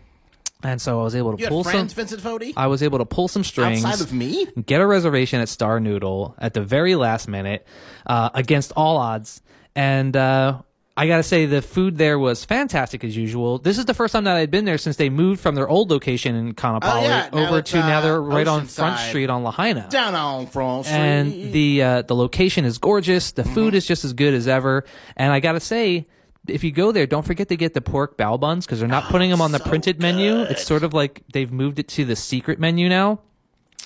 Speaker 1: and so I was able to
Speaker 2: You had
Speaker 1: pull
Speaker 2: friends,
Speaker 1: some.
Speaker 2: Vincent Fodi?
Speaker 1: I was able to pull some strings
Speaker 2: Outside of me?
Speaker 1: get a reservation at Star Noodle at the very last minute uh, against all odds. And uh, I got to say, the food there was fantastic as usual. This is the first time that I had been there since they moved from their old location in Conopoli
Speaker 2: Oh, yeah. Now
Speaker 1: over
Speaker 2: it's,
Speaker 1: to now
Speaker 2: uh,
Speaker 1: they're right on Front
Speaker 2: Oceanside.
Speaker 1: Street on Lahaina.
Speaker 2: Down on France Street.
Speaker 1: And the uh, the location is gorgeous. The food is just as good as ever. And I got to say, if you go there, don't forget to get the pork bao buns because they're not putting them on the printed menu. It's sort of like they've moved it to the secret menu now.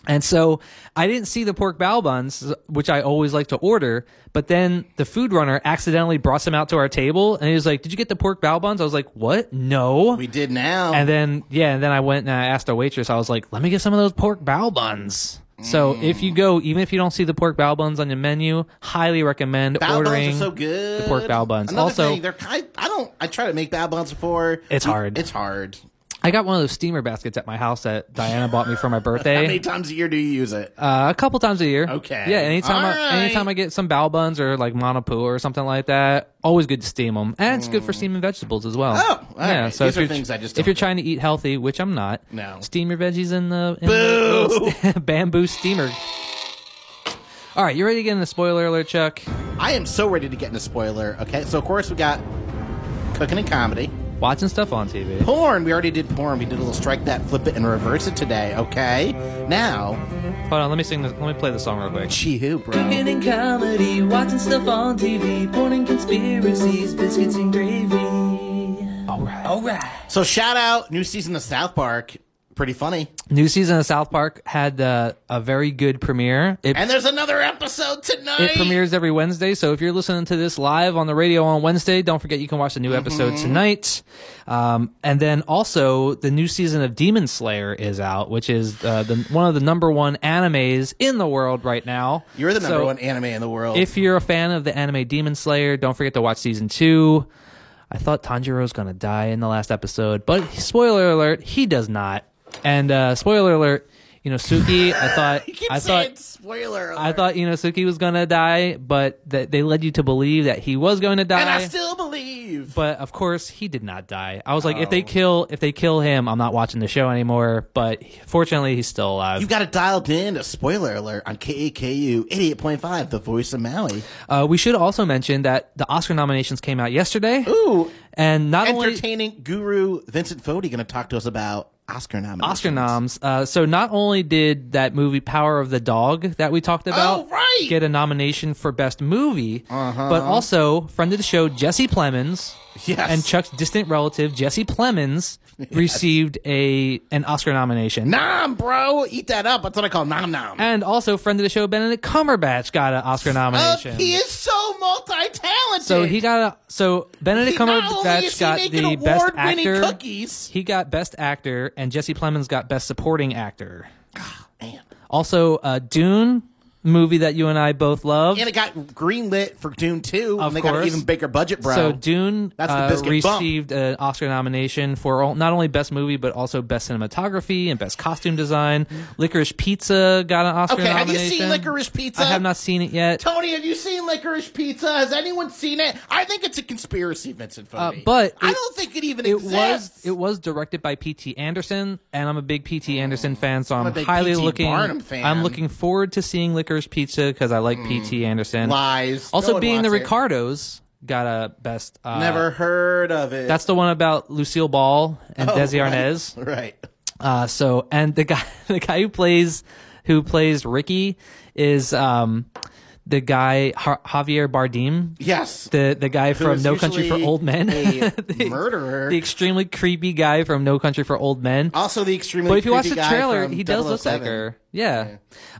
Speaker 1: And so I didn't see the pork bao buns, which I always like to order. But then the food runner accidentally brought some out to our table, and he was like, "Did you get the pork bao buns?" I was like, "What? No."
Speaker 2: we did now.
Speaker 1: and then yeah, and then I went and I asked our waitress. I was like, "Let me get some of those pork bao buns." So if you go, even if you don't see the pork bao buns on your menu, highly recommend
Speaker 2: Bao
Speaker 1: ordering
Speaker 2: buns are so good.
Speaker 1: the pork bao buns.
Speaker 2: Another
Speaker 1: also,
Speaker 2: thing, they're kind. I don't. I try to make bao buns before.
Speaker 1: It's hard.
Speaker 2: It's hard.
Speaker 1: I got one of those steamer baskets at my house that Diana bought me for my
Speaker 2: How many
Speaker 1: birthday.
Speaker 2: times a year do you use it?
Speaker 1: Uh, a couple times a year.
Speaker 2: Okay.
Speaker 1: Yeah. Anytime.
Speaker 2: All
Speaker 1: I,
Speaker 2: right.
Speaker 1: Anytime I get some bao buns or like manapoo or something like that, always good to steam them, and it's good for steaming vegetables as well.
Speaker 2: Mm. Oh, all
Speaker 1: yeah.
Speaker 2: right.
Speaker 1: So
Speaker 2: These
Speaker 1: if
Speaker 2: are
Speaker 1: you're,
Speaker 2: things I just
Speaker 1: if
Speaker 2: don't
Speaker 1: you're
Speaker 2: know.
Speaker 1: trying to eat healthy, which I'm not,
Speaker 2: No.
Speaker 1: steam your veggies in the, in the little bamboo steamer. All right, you ready to get into spoiler alert, Chuck?
Speaker 2: I am so ready to get into spoiler. Okay, so of course we got cooking and comedy.
Speaker 1: Watching stuff on TV.
Speaker 2: Porn. We already did porn. We did a little strike that, flip it, and reverse it today. Okay. Now,
Speaker 1: Hold on, let me sing this. Let me play the song real quick.
Speaker 2: gee who, bro?
Speaker 10: Cooking and comedy, watching stuff on TV, porn and conspiracies, biscuits and gravy.
Speaker 2: So shout out new season of South Park. Pretty funny.
Speaker 1: New season of South Park had uh, a very good premiere. It
Speaker 2: And there's another episode tonight.
Speaker 1: It premieres every Wednesday, so if you're listening to this live on the radio on Wednesday, don't forget you can watch the new
Speaker 2: Mm-hmm.
Speaker 1: episode tonight. Um, and then also the new season of Demon Slayer is out, which is uh, the one of the number one animes in the world right now.
Speaker 2: You're the number
Speaker 1: So
Speaker 2: one anime in the world.
Speaker 1: If you're a fan of the anime Demon Slayer, don't forget to watch season two. I thought Tanjiro's gonna die in the last episode, but spoiler alert, he does not. And uh, spoiler alert, you know Suki, I thought
Speaker 2: you keep
Speaker 1: I
Speaker 2: saying
Speaker 1: thought
Speaker 2: spoiler. Alert.
Speaker 1: I thought Inosuke was gonna die, but that they led you to believe that he was going to die.
Speaker 2: and I still believe.
Speaker 1: but of course, he did not die. I was like, if they kill, if they kill him, I'm not watching the show anymore. But fortunately, he's still alive.
Speaker 2: You got it dialed in to spoiler alert on KAKU 88.5, the voice of Maui.
Speaker 1: uh, we should also mention that the Oscar nominations came out yesterday.
Speaker 2: Ooh,
Speaker 1: and not only
Speaker 2: entertaining guru Vincent Fodi going to talk to us about Oscar nominations.
Speaker 1: Oscar noms. Uh, so not only did that movie Power of the Dog that we talked about
Speaker 2: Oh, right.
Speaker 1: get a nomination for Best Movie, but also friend of the show Jesse Plemons
Speaker 2: Yes.
Speaker 1: and Chuck's distant relative Jesse Plemons received a an Oscar nomination.
Speaker 2: Nom, bro. Eat that up. That's what I call nom nom.
Speaker 1: and also friend of the show Benedict Cumberbatch got an Oscar
Speaker 2: Uh,
Speaker 1: nomination.
Speaker 2: he is so multi-talented.
Speaker 1: so he got a so Benedict
Speaker 2: He- not only
Speaker 1: Cumberbatch
Speaker 2: is he
Speaker 1: got
Speaker 2: making
Speaker 1: the best
Speaker 2: award-winning
Speaker 1: actor.
Speaker 2: cookies.
Speaker 1: He got best actor, and Jesse Plemons got best supporting actor.
Speaker 2: Man.
Speaker 1: Also, uh, Dune movie that you and I both love.
Speaker 2: And it got greenlit for Dune 2,
Speaker 1: Of
Speaker 2: and they got an
Speaker 1: course.
Speaker 2: even bigger budget, bro.
Speaker 1: So Dune
Speaker 2: That's the
Speaker 1: uh,
Speaker 2: biscuit bump.
Speaker 1: received an Oscar nomination for all, not only best movie but also best cinematography and best costume design. Licorice Pizza got an Oscar
Speaker 2: Mm-hmm. Okay, have you
Speaker 1: nomination.
Speaker 2: seen Licorice Pizza?
Speaker 1: I have not seen it yet.
Speaker 2: Tony, have you seen Licorice Pizza? Has anyone seen it? I think it's a conspiracy, Vincent
Speaker 1: Uh,
Speaker 2: Fodi.
Speaker 1: but
Speaker 2: I
Speaker 1: it-
Speaker 2: don't think it even
Speaker 1: it was
Speaker 2: exists.
Speaker 1: it was directed by P.T. Anderson, and I'm a big P.T. Anderson fan, so I'm,
Speaker 2: Oh, a big
Speaker 1: highly
Speaker 2: P.T.
Speaker 1: looking.
Speaker 2: Barnum fan.
Speaker 1: I'm looking forward to seeing Licorice Pizza because I like P.T. Anderson.
Speaker 2: Lies. No
Speaker 1: Also,
Speaker 2: one
Speaker 1: being the
Speaker 2: wants it.
Speaker 1: Ricardos got a best. Uh,
Speaker 2: Never heard of it.
Speaker 1: That's the one about Lucille Ball and Desi Arnaz.
Speaker 2: Oh, right.
Speaker 1: Uh, so and the guy the guy who plays who plays Ricky is um the guy Ja- Javier Bardem.
Speaker 2: Yes.
Speaker 1: The the guy
Speaker 2: Who
Speaker 1: from
Speaker 2: is
Speaker 1: No Country for
Speaker 2: usually
Speaker 1: Old Men.
Speaker 2: a
Speaker 1: The-
Speaker 2: murderer.
Speaker 1: The extremely creepy guy from No Country for Old Men.
Speaker 2: also, the extremely.
Speaker 1: but if you watch the
Speaker 2: creepy guy
Speaker 1: trailer,
Speaker 2: from
Speaker 1: he does look like
Speaker 2: 007.
Speaker 1: her. Yeah.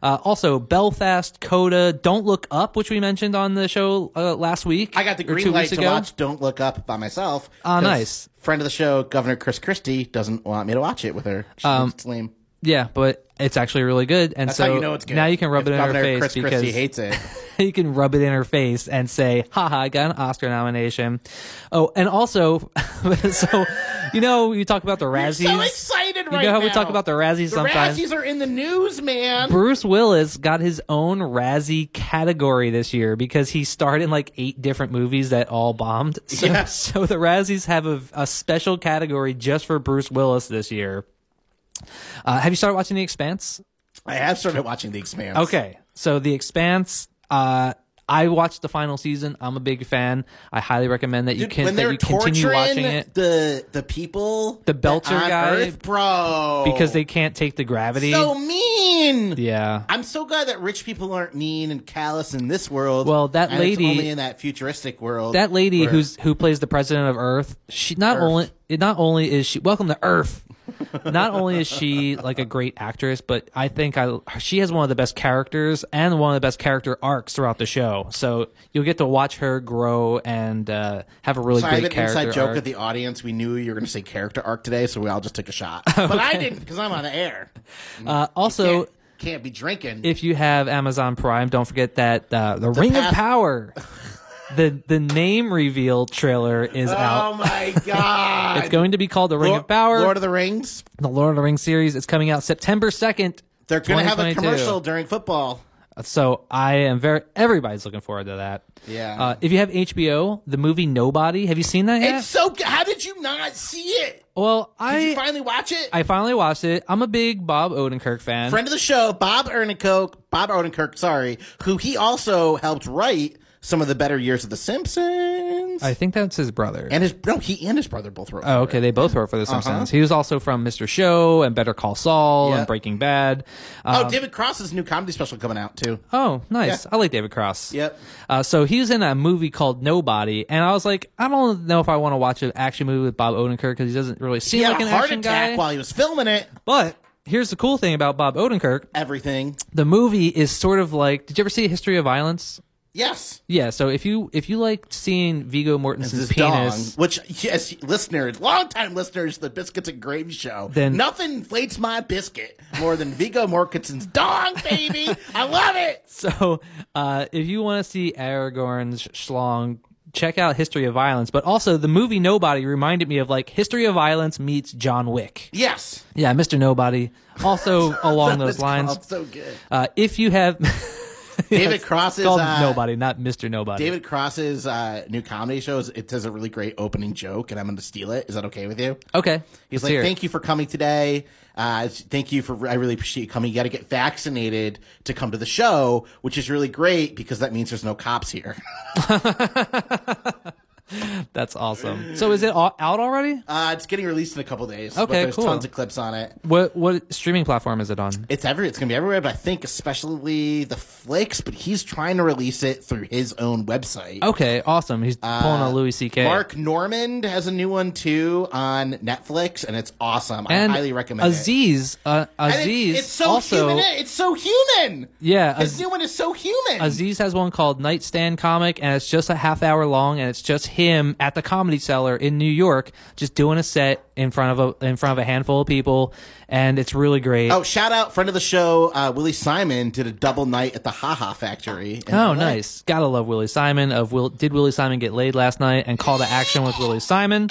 Speaker 1: Uh, also, Belfast, Coda, Don't Look Up, which we mentioned on the show uh, last week.
Speaker 2: I got the
Speaker 1: or
Speaker 2: green
Speaker 1: two
Speaker 2: light
Speaker 1: weeks
Speaker 2: to
Speaker 1: ago.
Speaker 2: watch Don't Look Up by myself.
Speaker 1: Ah,
Speaker 2: 'cause
Speaker 1: nice.
Speaker 2: Friend of the show, Governor Chris Christie, doesn't want me to watch it with her. She's lame.
Speaker 1: Yeah, but it's actually really good. And
Speaker 2: That's
Speaker 1: Um, so
Speaker 2: how you know it's good.
Speaker 1: now you can rub
Speaker 2: If
Speaker 1: it in
Speaker 2: Governor
Speaker 1: her face
Speaker 2: Chris
Speaker 1: because
Speaker 2: Christie hates it.
Speaker 1: you can rub it in her face and say, haha, I got an Oscar nomination. Oh, and also, so, you know, you talk about the Razzies.
Speaker 2: so excited right
Speaker 1: You know how we
Speaker 2: now.
Speaker 1: talk about the Razzies
Speaker 2: The
Speaker 1: sometimes?
Speaker 2: Razzies are in the news, man.
Speaker 1: Bruce Willis got his own Razzie category this year because he starred in like eight different movies that all bombed. So,
Speaker 2: Yeah.
Speaker 1: so the Razzies have a, a special category just for Bruce Willis this year. Uh, have you started watching The Expanse?
Speaker 2: I have started watching The Expanse.
Speaker 1: Okay. So The Expanse, uh, I watched the final season. I'm a big fan. I highly recommend that you
Speaker 2: Dude,
Speaker 1: can
Speaker 2: when
Speaker 1: that
Speaker 2: they're
Speaker 1: you continue
Speaker 2: torturing
Speaker 1: watching it
Speaker 2: the the people,
Speaker 1: The Belter
Speaker 2: on
Speaker 1: guy?
Speaker 2: Earth, bro,
Speaker 1: because they can't take the gravity.
Speaker 2: so mean.
Speaker 1: yeah.
Speaker 2: I'm so glad that rich people aren't mean and callous in this world.
Speaker 1: Well, that
Speaker 2: and
Speaker 1: lady-
Speaker 2: it's only in that futuristic world.
Speaker 1: that lady
Speaker 2: where-
Speaker 1: who's who plays the president of Earth, she not
Speaker 2: Earth.
Speaker 1: only it not only is she welcome to Earth. not only is she like a great actress, but I think I she has one of the best characters and one of the best character arcs throughout the show. So you'll get to watch her grow and uh, have a really
Speaker 2: Sorry, I have
Speaker 1: great
Speaker 2: an
Speaker 1: character.
Speaker 2: inside joke
Speaker 1: arc.
Speaker 2: of the audience. We knew you were going to say character arc today, so we all just took a shot. But I didn't because I'm on the air.
Speaker 1: uh, also,
Speaker 2: Can't, can't be drinking.
Speaker 1: if you have Amazon Prime, don't forget that uh, the, Ring
Speaker 2: path-
Speaker 1: of Power, the the name reveal trailer is
Speaker 2: oh
Speaker 1: out.
Speaker 2: my god!
Speaker 1: It's going to be called the Ring of Power.
Speaker 2: Lord of the Rings.
Speaker 1: the Lord of the Rings series. It's coming out September second.
Speaker 2: They're going to have a
Speaker 1: 2022.
Speaker 2: commercial during football.
Speaker 1: So I am very. Everybody's looking forward to that.
Speaker 2: Yeah.
Speaker 1: Uh, if you have HBO, the movie Nobody. Have you seen that yet?
Speaker 2: It's so. good. How did you not see it? Did
Speaker 1: well, I
Speaker 2: you finally watch it?
Speaker 1: I finally watched it. I'm a big Bob Odenkirk fan.
Speaker 2: Friend of the show, Bob Odenkirk. Bob Odenkirk, sorry, who he also helped write some of the better years of The Simpsons.
Speaker 1: I think that's his brother.
Speaker 2: and his no, he and his brother both wrote.
Speaker 1: Oh, okay. They both wrote for The
Speaker 2: Uh-huh.
Speaker 1: Simpsons. He was also from Mr. Show and Better Call Saul
Speaker 2: Yeah.
Speaker 1: and Breaking Bad. Uh,
Speaker 2: Oh, David Cross's new comedy special coming out too.
Speaker 1: oh, nice. I like David Cross.
Speaker 2: Yep.
Speaker 1: Uh, so he was in a movie called Nobody, and I was like, I don't know if I want to watch an action movie with Bob Odenkirk because he doesn't really
Speaker 2: He
Speaker 1: seem
Speaker 2: had
Speaker 1: like
Speaker 2: a
Speaker 1: an
Speaker 2: heart
Speaker 1: action
Speaker 2: attack
Speaker 1: guy.
Speaker 2: while he was filming it.
Speaker 1: But here's the cool thing about Bob Odenkirk:
Speaker 2: Everything.
Speaker 1: the movie is sort of like. Did you ever see History of Violence?
Speaker 2: Yes.
Speaker 1: Yeah. So if you if you like seeing Vigo Mortensen's
Speaker 2: This
Speaker 1: penis,
Speaker 2: dong, which yes, listeners, longtime listeners, to the Biscuits and Gravy Show.
Speaker 1: Then-
Speaker 2: nothing inflates my biscuit more than Vigo Mortensen's dong, baby. I love it.
Speaker 1: so uh, if you want to see Aragorn's schlong. Check out History of Violence, but also the movie Nobody reminded me of like History of Violence meets John Wick.
Speaker 2: Yes,
Speaker 1: Yeah, Mr. Nobody, also along those
Speaker 2: It's
Speaker 1: lines.
Speaker 2: called so good.
Speaker 1: Uh, if you have
Speaker 2: David Cross is
Speaker 1: called
Speaker 2: uh,
Speaker 1: nobody, not Mister Nobody.
Speaker 2: David Cross's uh, new comedy shows. It does a really great opening joke, and I'm going to steal it. Is that okay with you?
Speaker 1: okay,
Speaker 2: He's
Speaker 1: let's
Speaker 2: like,
Speaker 1: hear it.
Speaker 2: "Thank you for coming today. Uh, thank you for. I really appreciate you coming. You got to get vaccinated to come to the show, which is really great because that means there's no cops here.
Speaker 1: That's awesome. So is it all out already?
Speaker 2: Uh, it's getting released in a couple days. but
Speaker 1: Okay,
Speaker 2: there's
Speaker 1: cool.
Speaker 2: tons of clips on it.
Speaker 1: What what streaming platform is it on?
Speaker 2: It's every. It's gonna be everywhere, but I think especially the flicks. But he's trying to release it through his own website.
Speaker 1: Okay, awesome. He's pulling a Louis C.K.
Speaker 2: Uh, Mark Normand has a new one too on Netflix, and it's awesome.
Speaker 1: and
Speaker 2: I highly recommend it.
Speaker 1: Aziz. Uh,
Speaker 2: And it's-
Speaker 1: Aziz
Speaker 2: it's, so
Speaker 1: also.
Speaker 2: human. eh, It's so human.
Speaker 1: Yeah,
Speaker 2: his
Speaker 1: Az-
Speaker 2: new one is so human.
Speaker 1: Aziz has one called Nightstand Comic, and it's just a half hour long, and it's just him him at the Comedy Cellar in New York, just doing a set in front of a in front of a handful of people, and it's really great.
Speaker 2: Oh, shout out friend of the show, uh, Willie Simon did a double night at the Haha Factory. in
Speaker 1: Oh,
Speaker 2: LA.
Speaker 1: nice. Gotta love Willie Simon. Of Will, did Willie Simon get laid last night? And call to action with Willie Simon.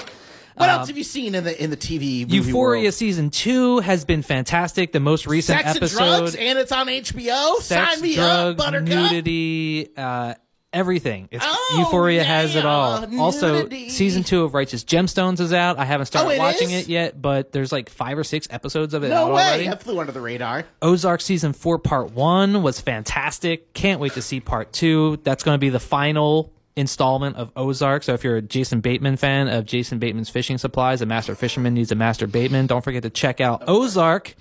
Speaker 2: What else have you seen in the in the TV? Movie
Speaker 1: Um, Euphoria
Speaker 2: world?
Speaker 1: season two has been fantastic. The most recent
Speaker 2: Sex and
Speaker 1: episode,
Speaker 2: drugs, and it's on HBO.
Speaker 1: sex,
Speaker 2: Sign me
Speaker 1: drugs,
Speaker 2: up, Buttercup.
Speaker 1: nudity, uh, everything. It's,
Speaker 2: Oh,
Speaker 1: Euphoria has it
Speaker 2: yeah,
Speaker 1: all. Also,
Speaker 2: nudity.
Speaker 1: season two of Righteous Gemstones is out. I haven't started
Speaker 2: Oh, it
Speaker 1: watching
Speaker 2: is?
Speaker 1: it yet, but there's like five or six episodes of it
Speaker 2: No
Speaker 1: out
Speaker 2: way.
Speaker 1: already.
Speaker 2: I flew under the radar.
Speaker 1: Ozark season four, part one was fantastic. Can't wait to see part two. That's going to be the final installment of Ozark. So if you're a Jason Bateman fan of Jason Bateman's fishing supplies, a master fisherman needs a master Bateman. Don't forget to check out Ozark.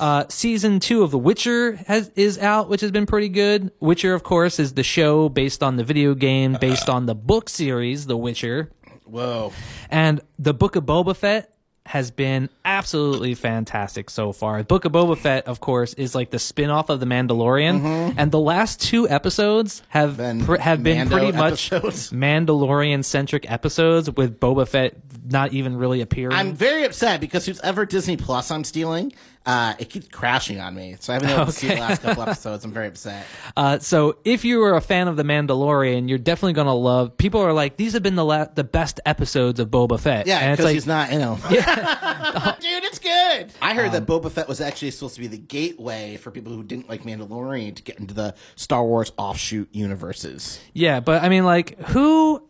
Speaker 1: Uh, season two of The Witcher has is out, which has been pretty good. Witcher, of course, is the show based on the video game, based on the book series, The Witcher.
Speaker 2: Whoa.
Speaker 1: And the Book of Boba Fett has been absolutely fantastic so far. Book of Boba Fett, of course, is like the spin-off of The Mandalorian, and the last two episodes have
Speaker 2: Mm-hmm. Been
Speaker 1: pr- have been
Speaker 2: Mando
Speaker 1: pretty much
Speaker 2: episodes.
Speaker 1: Mandalorian-centric episodes with Boba Fett not even really appearing.
Speaker 2: I'm very upset because whoever Disney Plus I'm stealing, uh, it keeps crashing on me. So I haven't been able to see the
Speaker 1: Okay.
Speaker 2: last couple episodes. I'm very upset.
Speaker 1: Uh, so if you are a fan of The Mandalorian, you're definitely gonna love. People are like, these have been the la- the best episodes of Boba Fett.
Speaker 2: Yeah,
Speaker 1: and it's
Speaker 2: because
Speaker 1: like,
Speaker 2: he's not in him. Dude, it's good. I heard that Boba Fett was actually supposed to be the gateway for people who didn't like Mandalorian to get into the Star Wars offshoot universes.
Speaker 1: Yeah, but I mean, like, who,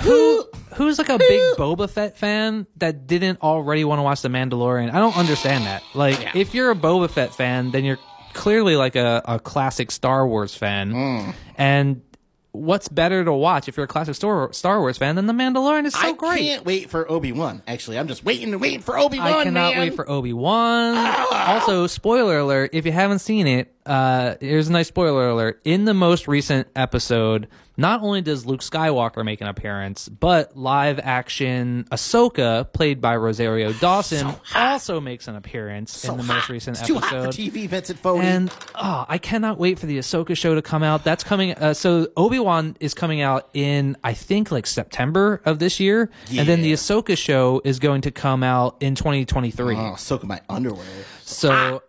Speaker 1: who, who's like a big Boba Fett fan that didn't already want to watch The Mandalorian? I don't understand that. Like, if you're a Boba Fett fan, then you're clearly like a, a classic Star Wars fan, and what's better to watch if you're a classic Star, Star Wars fan than The Mandalorian is so
Speaker 2: I
Speaker 1: great.
Speaker 2: can't wait for Obi Wan. Actually, I'm just waiting and waiting for Obi Wan.
Speaker 1: I cannot
Speaker 2: man. Ah.
Speaker 1: wait for Obi Wan. Also, spoiler alert: if you haven't seen it, uh, here's a nice spoiler alert. In the most recent episode, not only does Luke Skywalker make an appearance, but live action Ahsoka, played by Rosario Dawson, also makes an appearance
Speaker 2: So
Speaker 1: in the
Speaker 2: hot.
Speaker 1: most recent
Speaker 2: it's
Speaker 1: episode.
Speaker 2: Too hot for TV, Vincent Foley.
Speaker 1: And oh, I cannot wait for the Ahsoka show to come out. That's coming. Uh, so Obi Wan is coming out in I think like September of this year, and then the Ahsoka show is going to come out in 2023.
Speaker 2: oh, soak in my underwear.
Speaker 1: So,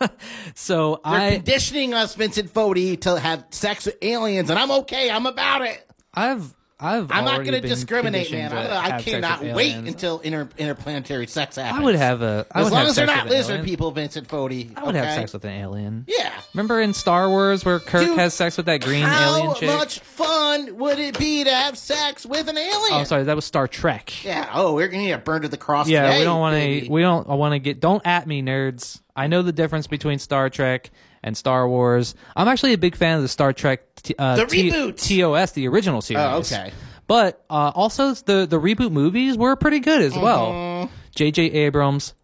Speaker 2: Ah.
Speaker 1: so
Speaker 2: They're
Speaker 1: I
Speaker 2: conditioning us, Vincent Fodi, to have sex with aliens, and I'm okay. I'm about it.
Speaker 1: I've I've
Speaker 2: I'm not
Speaker 1: already
Speaker 2: going to
Speaker 1: been
Speaker 2: discriminate, man.
Speaker 1: conditioned
Speaker 2: I'm
Speaker 1: to
Speaker 2: gonna, I
Speaker 1: have sex with
Speaker 2: cannot wait
Speaker 1: aliens.
Speaker 2: until inter, interplanetary sex happens.
Speaker 1: I would have a I
Speaker 2: as
Speaker 1: would
Speaker 2: long
Speaker 1: have
Speaker 2: as they're
Speaker 1: sex
Speaker 2: not
Speaker 1: with an
Speaker 2: lizard
Speaker 1: alien.
Speaker 2: people, Vincent Fodi.
Speaker 1: I would
Speaker 2: okay?
Speaker 1: have sex with an alien.
Speaker 2: Yeah.
Speaker 1: Remember in Star Wars where Kirk
Speaker 2: Dude,
Speaker 1: has sex with that green
Speaker 2: How
Speaker 1: alien chick?
Speaker 2: much fun would it be to have sex with an alien?
Speaker 1: oh, sorry, that was Star Trek.
Speaker 2: Yeah. Oh, we're gonna get burned to the cross.
Speaker 1: Yeah,
Speaker 2: today,
Speaker 1: we don't want
Speaker 2: baby.
Speaker 1: to. We don't want to get. Don't at me, nerds. I know the difference between Star Trek and Star Wars. I'm actually a big fan of the Star Trek, t- uh,
Speaker 2: The
Speaker 1: T-
Speaker 2: reboot.
Speaker 1: TOS, the original series.
Speaker 2: Oh, okay.
Speaker 1: But uh, also the the reboot movies were pretty good as well.
Speaker 2: Mm-hmm.
Speaker 1: J.J. Abrams,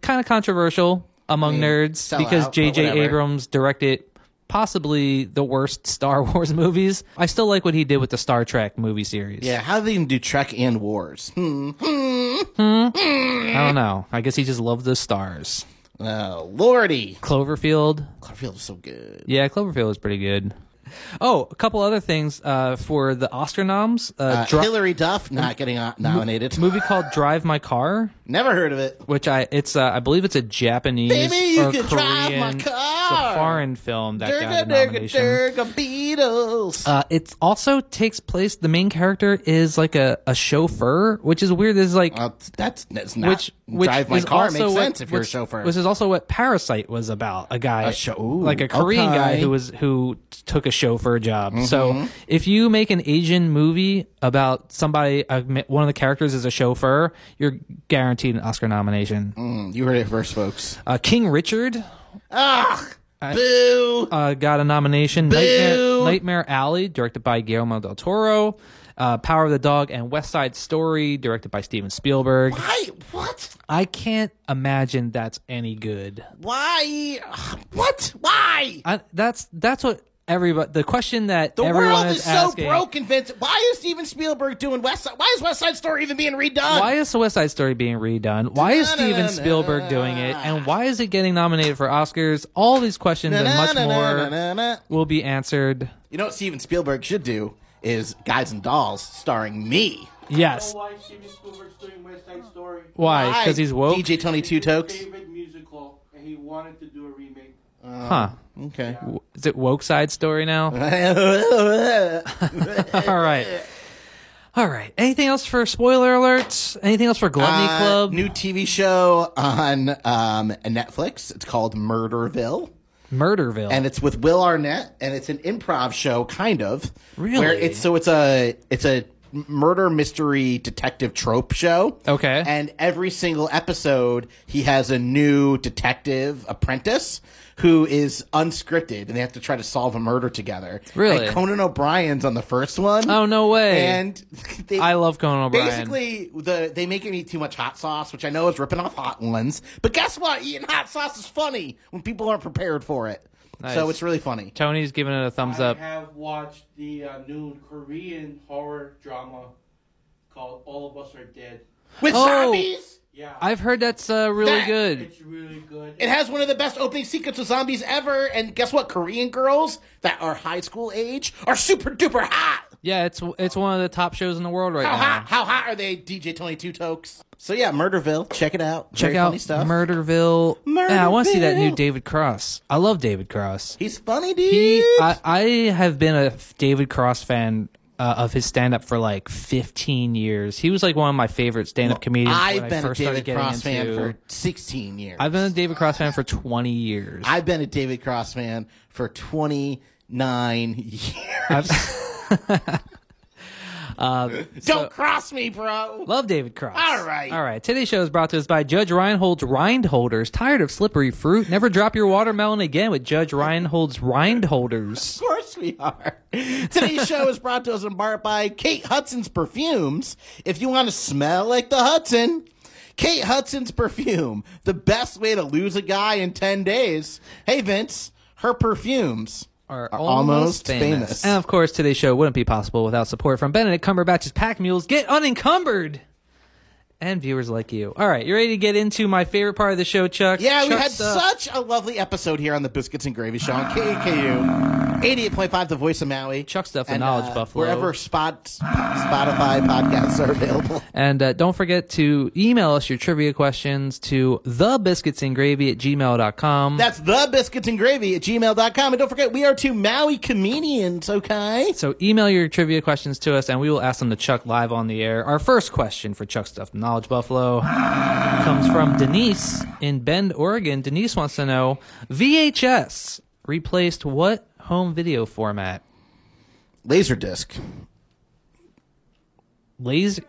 Speaker 1: kind of controversial among nerds
Speaker 2: Mm, sell
Speaker 1: because
Speaker 2: out, but
Speaker 1: J.J.
Speaker 2: whatever.
Speaker 1: Abrams directed possibly the worst Star Wars movies. I still like what he did with the Star Trek movie series.
Speaker 2: Yeah. How do they even do Trek and Wars? Hmm.
Speaker 1: I don't know. I guess he just loved the stars.
Speaker 2: Oh, lordy.
Speaker 1: Cloverfield,
Speaker 2: Cloverfield was so good.
Speaker 1: Yeah, Cloverfield was pretty good. Oh, a couple other things uh, for the Oscar noms. Uh,
Speaker 2: Uh,
Speaker 1: dri-
Speaker 2: Hillary Duff not getting uh, nominated.
Speaker 1: movie called Drive My Car,
Speaker 2: Never heard of it.
Speaker 1: which I it's uh, I believe it's a Japanese
Speaker 2: Baby, you
Speaker 1: or
Speaker 2: can
Speaker 1: Korean,
Speaker 2: drive my
Speaker 1: it's
Speaker 2: car.
Speaker 1: a foreign film that got
Speaker 2: Durga,
Speaker 1: a
Speaker 2: durga,
Speaker 1: nomination.
Speaker 2: durga, Beatles.
Speaker 1: Uh, it also takes place. The main character is like a, a chauffeur, which is weird. This Is like
Speaker 2: Uh, that's, that's not
Speaker 1: which which
Speaker 2: drive my
Speaker 1: is
Speaker 2: car
Speaker 1: also
Speaker 2: makes
Speaker 1: what-
Speaker 2: sense if you're a
Speaker 1: which-
Speaker 2: chauffeur.
Speaker 1: Which is also what Parasite was about. A guy,
Speaker 2: A cho- ooh,
Speaker 1: like a Korean
Speaker 2: okay. Mm-hmm.
Speaker 1: guy who was who t- took a chauffeur job. So if you make an Asian movie about somebody, uh, ma- one of the characters is a chauffeur, you're guaranteed an Oscar nomination.
Speaker 2: Hmm, you heard it first, folks.
Speaker 1: Uh, King Richard
Speaker 2: Ah, boo.
Speaker 1: uh, got a nomination. Nightmare, Nightmare Alley, directed by Guillermo del Toro. Uh, Power of the Dog and West Side Story, directed by Steven Spielberg.
Speaker 2: Why? What?
Speaker 1: I can't imagine that's any good.
Speaker 2: Why? Ugh, What? Why?
Speaker 1: I, that's that's what everybody. The question that
Speaker 2: The
Speaker 1: everyone
Speaker 2: world
Speaker 1: is,
Speaker 2: is, so
Speaker 1: asking,
Speaker 2: broken, Vincent. Why is Steven Spielberg doing West Side? Why is West Side Story even being redone?
Speaker 1: Why is West Side Story being redone? Why is Steven
Speaker 2: Na-na-na-na-na.
Speaker 1: Spielberg doing it? And why is it getting nominated for Oscars? All these questions and much more
Speaker 2: Na-na-na-na-na-na.
Speaker 1: will be answered.
Speaker 2: You know what Steven Spielberg should do is Guys and Dolls, starring me.
Speaker 1: Yes.
Speaker 11: why Steven Spielberg's doing West Side Story?
Speaker 1: Why? Because he's woke.
Speaker 2: DJ Tony Two Tokes.
Speaker 11: Favorite musical, and he wanted to do a remake.
Speaker 1: Huh.
Speaker 2: Okay.
Speaker 1: W- Is it woke side story now? All right. All right. Anything else for spoiler alerts? Anything else for Gluttony
Speaker 2: Uh,
Speaker 1: Club?
Speaker 2: New TV show on um, Netflix. It's called Murderville.
Speaker 1: Murderville.
Speaker 2: and it's with Will Arnett, and it's an improv show, kind of.
Speaker 1: Really?
Speaker 2: Where it's so it's a it's a murder mystery detective trope show.
Speaker 1: Okay.
Speaker 2: And every single episode, he has a new detective apprentice who is unscripted, and they have to try to solve a murder together.
Speaker 1: Really?
Speaker 2: And Conan O'Brien's on the first one.
Speaker 1: Oh, no way.
Speaker 2: And they,
Speaker 1: I love Conan O'Brien.
Speaker 2: Basically, the they make him eat too much hot sauce, which I know is ripping off hot ones. But guess what? Eating hot sauce is funny when people aren't prepared for it. So
Speaker 1: Nice.
Speaker 2: it's really funny.
Speaker 1: Tony's giving it a thumbs up.
Speaker 11: I have watched the uh, new Korean horror drama called All of Us Are Dead.
Speaker 2: With
Speaker 1: Oh.
Speaker 2: zombies,
Speaker 11: Yeah,
Speaker 1: I've heard that's uh, really
Speaker 2: That-
Speaker 1: good.
Speaker 11: it's really good.
Speaker 2: it has one of the best opening sequences of zombies ever. And guess what? Korean girls that are high school age are super duper hot.
Speaker 1: Yeah, it's it's one of the top shows in the world right
Speaker 2: How
Speaker 1: now.
Speaker 2: hot? How hot are they? DJ Twenty Two Tokes. So yeah, Murderville. Check it out.
Speaker 1: Check
Speaker 2: Very
Speaker 1: out
Speaker 2: funny stuff.
Speaker 1: Murderville. Yeah, I want to see that new
Speaker 2: Murderville.
Speaker 1: David Cross. I love David Cross.
Speaker 2: He's funny, dude.
Speaker 1: He, I, I have been a David Cross fan uh, of his stand up for like 15 years. He was like one of my favorite stand up comedians. when
Speaker 2: I've
Speaker 1: I
Speaker 2: been a
Speaker 1: first started
Speaker 2: David
Speaker 1: getting
Speaker 2: Cross fan
Speaker 1: into-
Speaker 2: for 16 years.
Speaker 1: I've been a David Cross fan for 20 years.
Speaker 2: I've been a David Cross fan for 29 years.
Speaker 1: I've
Speaker 2: Um, Don't cross me, bro.
Speaker 1: Love David Cross.
Speaker 2: All right.
Speaker 1: All right. Today's show is brought to us by Judge Reinhold's Rindholders. Tired of slippery fruit? Never drop your watermelon again with Judge Reinhold's Rindholders.
Speaker 2: Of course we are. Today's show is brought to us in part by Kate Hudson's Perfumes. If you want to smell like the Hudson, Kate Hudson's Perfume, the best way to lose a guy in 10 days. Hey, Vince, her perfumes
Speaker 1: Are
Speaker 2: almost famous.
Speaker 1: And of course, today's show wouldn't be possible without support from Benedict Cumberbatch's Pack Mules. Get unencumbered! And viewers like you. All right. You ready to get into my favorite part of the show, Chuck?
Speaker 2: Yeah, we
Speaker 1: Chuck
Speaker 2: had
Speaker 1: stuff.
Speaker 2: such a lovely episode here on the Biscuits and Gravy Show on KAKU. 88.5, The Voice of Maui.
Speaker 1: Chuck Stuff, The
Speaker 2: and, uh,
Speaker 1: Knowledge Buffalo.
Speaker 2: Wherever spot, Spotify podcasts are available.
Speaker 1: And uh, don't forget to email us your trivia questions to thebiscuitsandgravy at gmail.com.
Speaker 2: That's the biscuits and gravy at gmail.com. And don't forget, we are two Maui comedians, okay?
Speaker 1: So email your trivia questions to us, and we will ask them to Chuck live on the air. Our first question for Chuck Stuff Knowledge Buffalo comes from Denise in Bend, Oregon. Denise wants to know: VHS replaced what home video format?
Speaker 2: Laserdisc.
Speaker 1: Laser?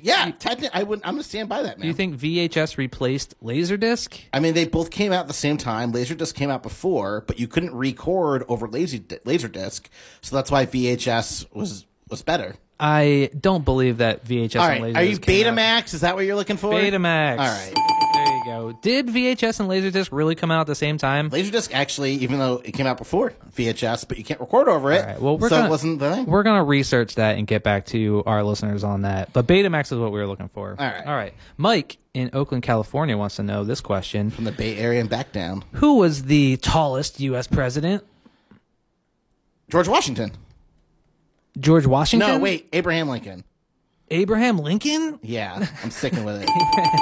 Speaker 2: Yeah, technically, I wouldn't, I'm going to stand by that, man.
Speaker 1: Do you think VHS replaced Laserdisc?
Speaker 2: I mean, they both came out at the same time. Laserdisc came out before, but you couldn't record over lazy, Laserdisc. So that's why VHS was was better.
Speaker 1: I don't believe that VHS.
Speaker 2: All
Speaker 1: and
Speaker 2: right.
Speaker 1: Laserdisc
Speaker 2: Are you
Speaker 1: came out.
Speaker 2: Betamax? Is that what you're looking for?
Speaker 1: Betamax.
Speaker 2: All right.
Speaker 1: There you go. Did VHS and Laserdisc really come out at the same time?
Speaker 2: Laserdisc actually, even though it came out before VHS, but you can't record over it.
Speaker 1: All right. Well, we're
Speaker 2: so
Speaker 1: gonna,
Speaker 2: it wasn't the thing.
Speaker 1: We're gonna research that and get back to our listeners on that. But Betamax is what we were looking for.
Speaker 2: All right.
Speaker 1: All right. Mike in Oakland, California wants to know this question:
Speaker 2: From the Bay Area and back down.
Speaker 1: Who was the tallest U.S. president?
Speaker 2: George Washington.
Speaker 1: George Washington.
Speaker 2: No, wait, Abraham Lincoln.
Speaker 1: Abraham Lincoln.
Speaker 2: Yeah, I'm sticking with it.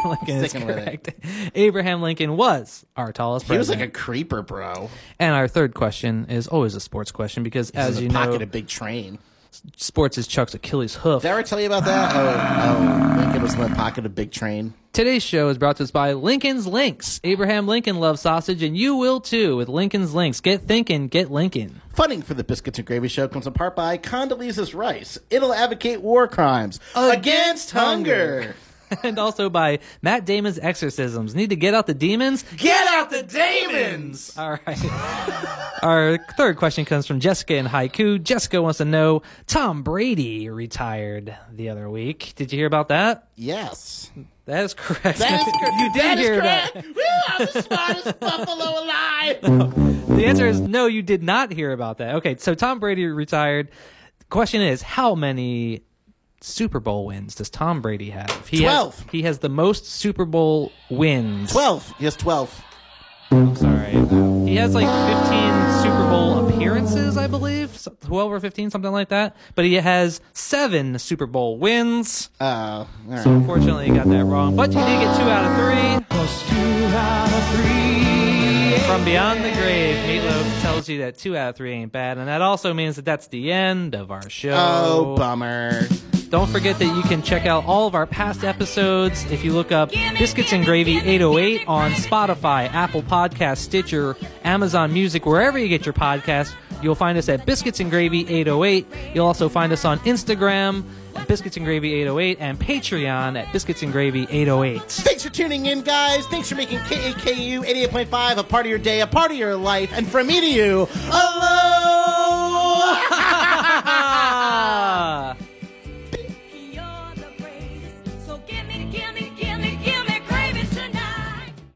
Speaker 1: Lincoln is
Speaker 2: Sticking with it.
Speaker 1: correct. Abraham Lincoln was our tallest
Speaker 2: He was like
Speaker 1: president.
Speaker 2: a creeper, bro.
Speaker 1: and our third question is always a sports question because, as
Speaker 2: in
Speaker 1: you
Speaker 2: the pocket
Speaker 1: know,
Speaker 2: of big train.
Speaker 1: sports is Chuck's Achilles' hoof.
Speaker 2: Did I ever tell you about that? Oh, oh, Lincoln was in the pocket of big train.
Speaker 1: Today's show is brought to us by Lincoln's Links. Abraham Lincoln loves sausage, and you will too with Lincoln's Links. Get thinking, get Lincoln.
Speaker 2: Funding for the Biscuits and Gravy Show comes in part by Condoleezza's Rice. It'll advocate war crimes
Speaker 1: Against
Speaker 2: hunger.
Speaker 1: and also by Matt Damon's Exorcisms. Need to get out the demons?
Speaker 2: Get out the demons.
Speaker 1: All right. Our third question comes from Jessica in Haiku. Jessica wants to know Tom Brady retired the other week. Did you hear about that?
Speaker 2: Yes.
Speaker 1: That is correct.
Speaker 2: That's correct.
Speaker 1: you did
Speaker 2: That is
Speaker 1: hear
Speaker 2: correct.
Speaker 1: that.
Speaker 2: Woo, I'm the smartest buffalo alive.
Speaker 1: The answer is no, you did not hear about that. Okay, so Tom Brady retired. Question is, how many Super Bowl wins does Tom Brady have? He has-
Speaker 2: Twelve.
Speaker 1: he has the most Super Bowl wins.
Speaker 2: Twelve. Yes, twelve.
Speaker 1: He has like 15 Super Bowl appearances, I believe, so- 12 or 15, something like that. But he has seven Super Bowl wins.
Speaker 2: Oh, all right.
Speaker 1: So unfortunately, you got that wrong. But you did get two out of three. From Beyond the Grave, Meatloaf tells you that two out of three ain't bad, and that also means that that's the end of our show.
Speaker 2: Oh, bummer.
Speaker 1: Don't forget that you can check out all of our past episodes if you look up Biscuits and Gravy 808 on Spotify, Apple Podcasts, Stitcher, Amazon Music, wherever you get your podcasts. You'll find us at Biscuits and Gravy 808. You'll also find us on Instagram, Biscuits and Gravy 808, and Patreon at Biscuits and Gravy 808.
Speaker 2: Thanks for tuning in, guys. Thanks for making KAKU 88.5 a part of your day, a part of your life. And from me to you, aloha!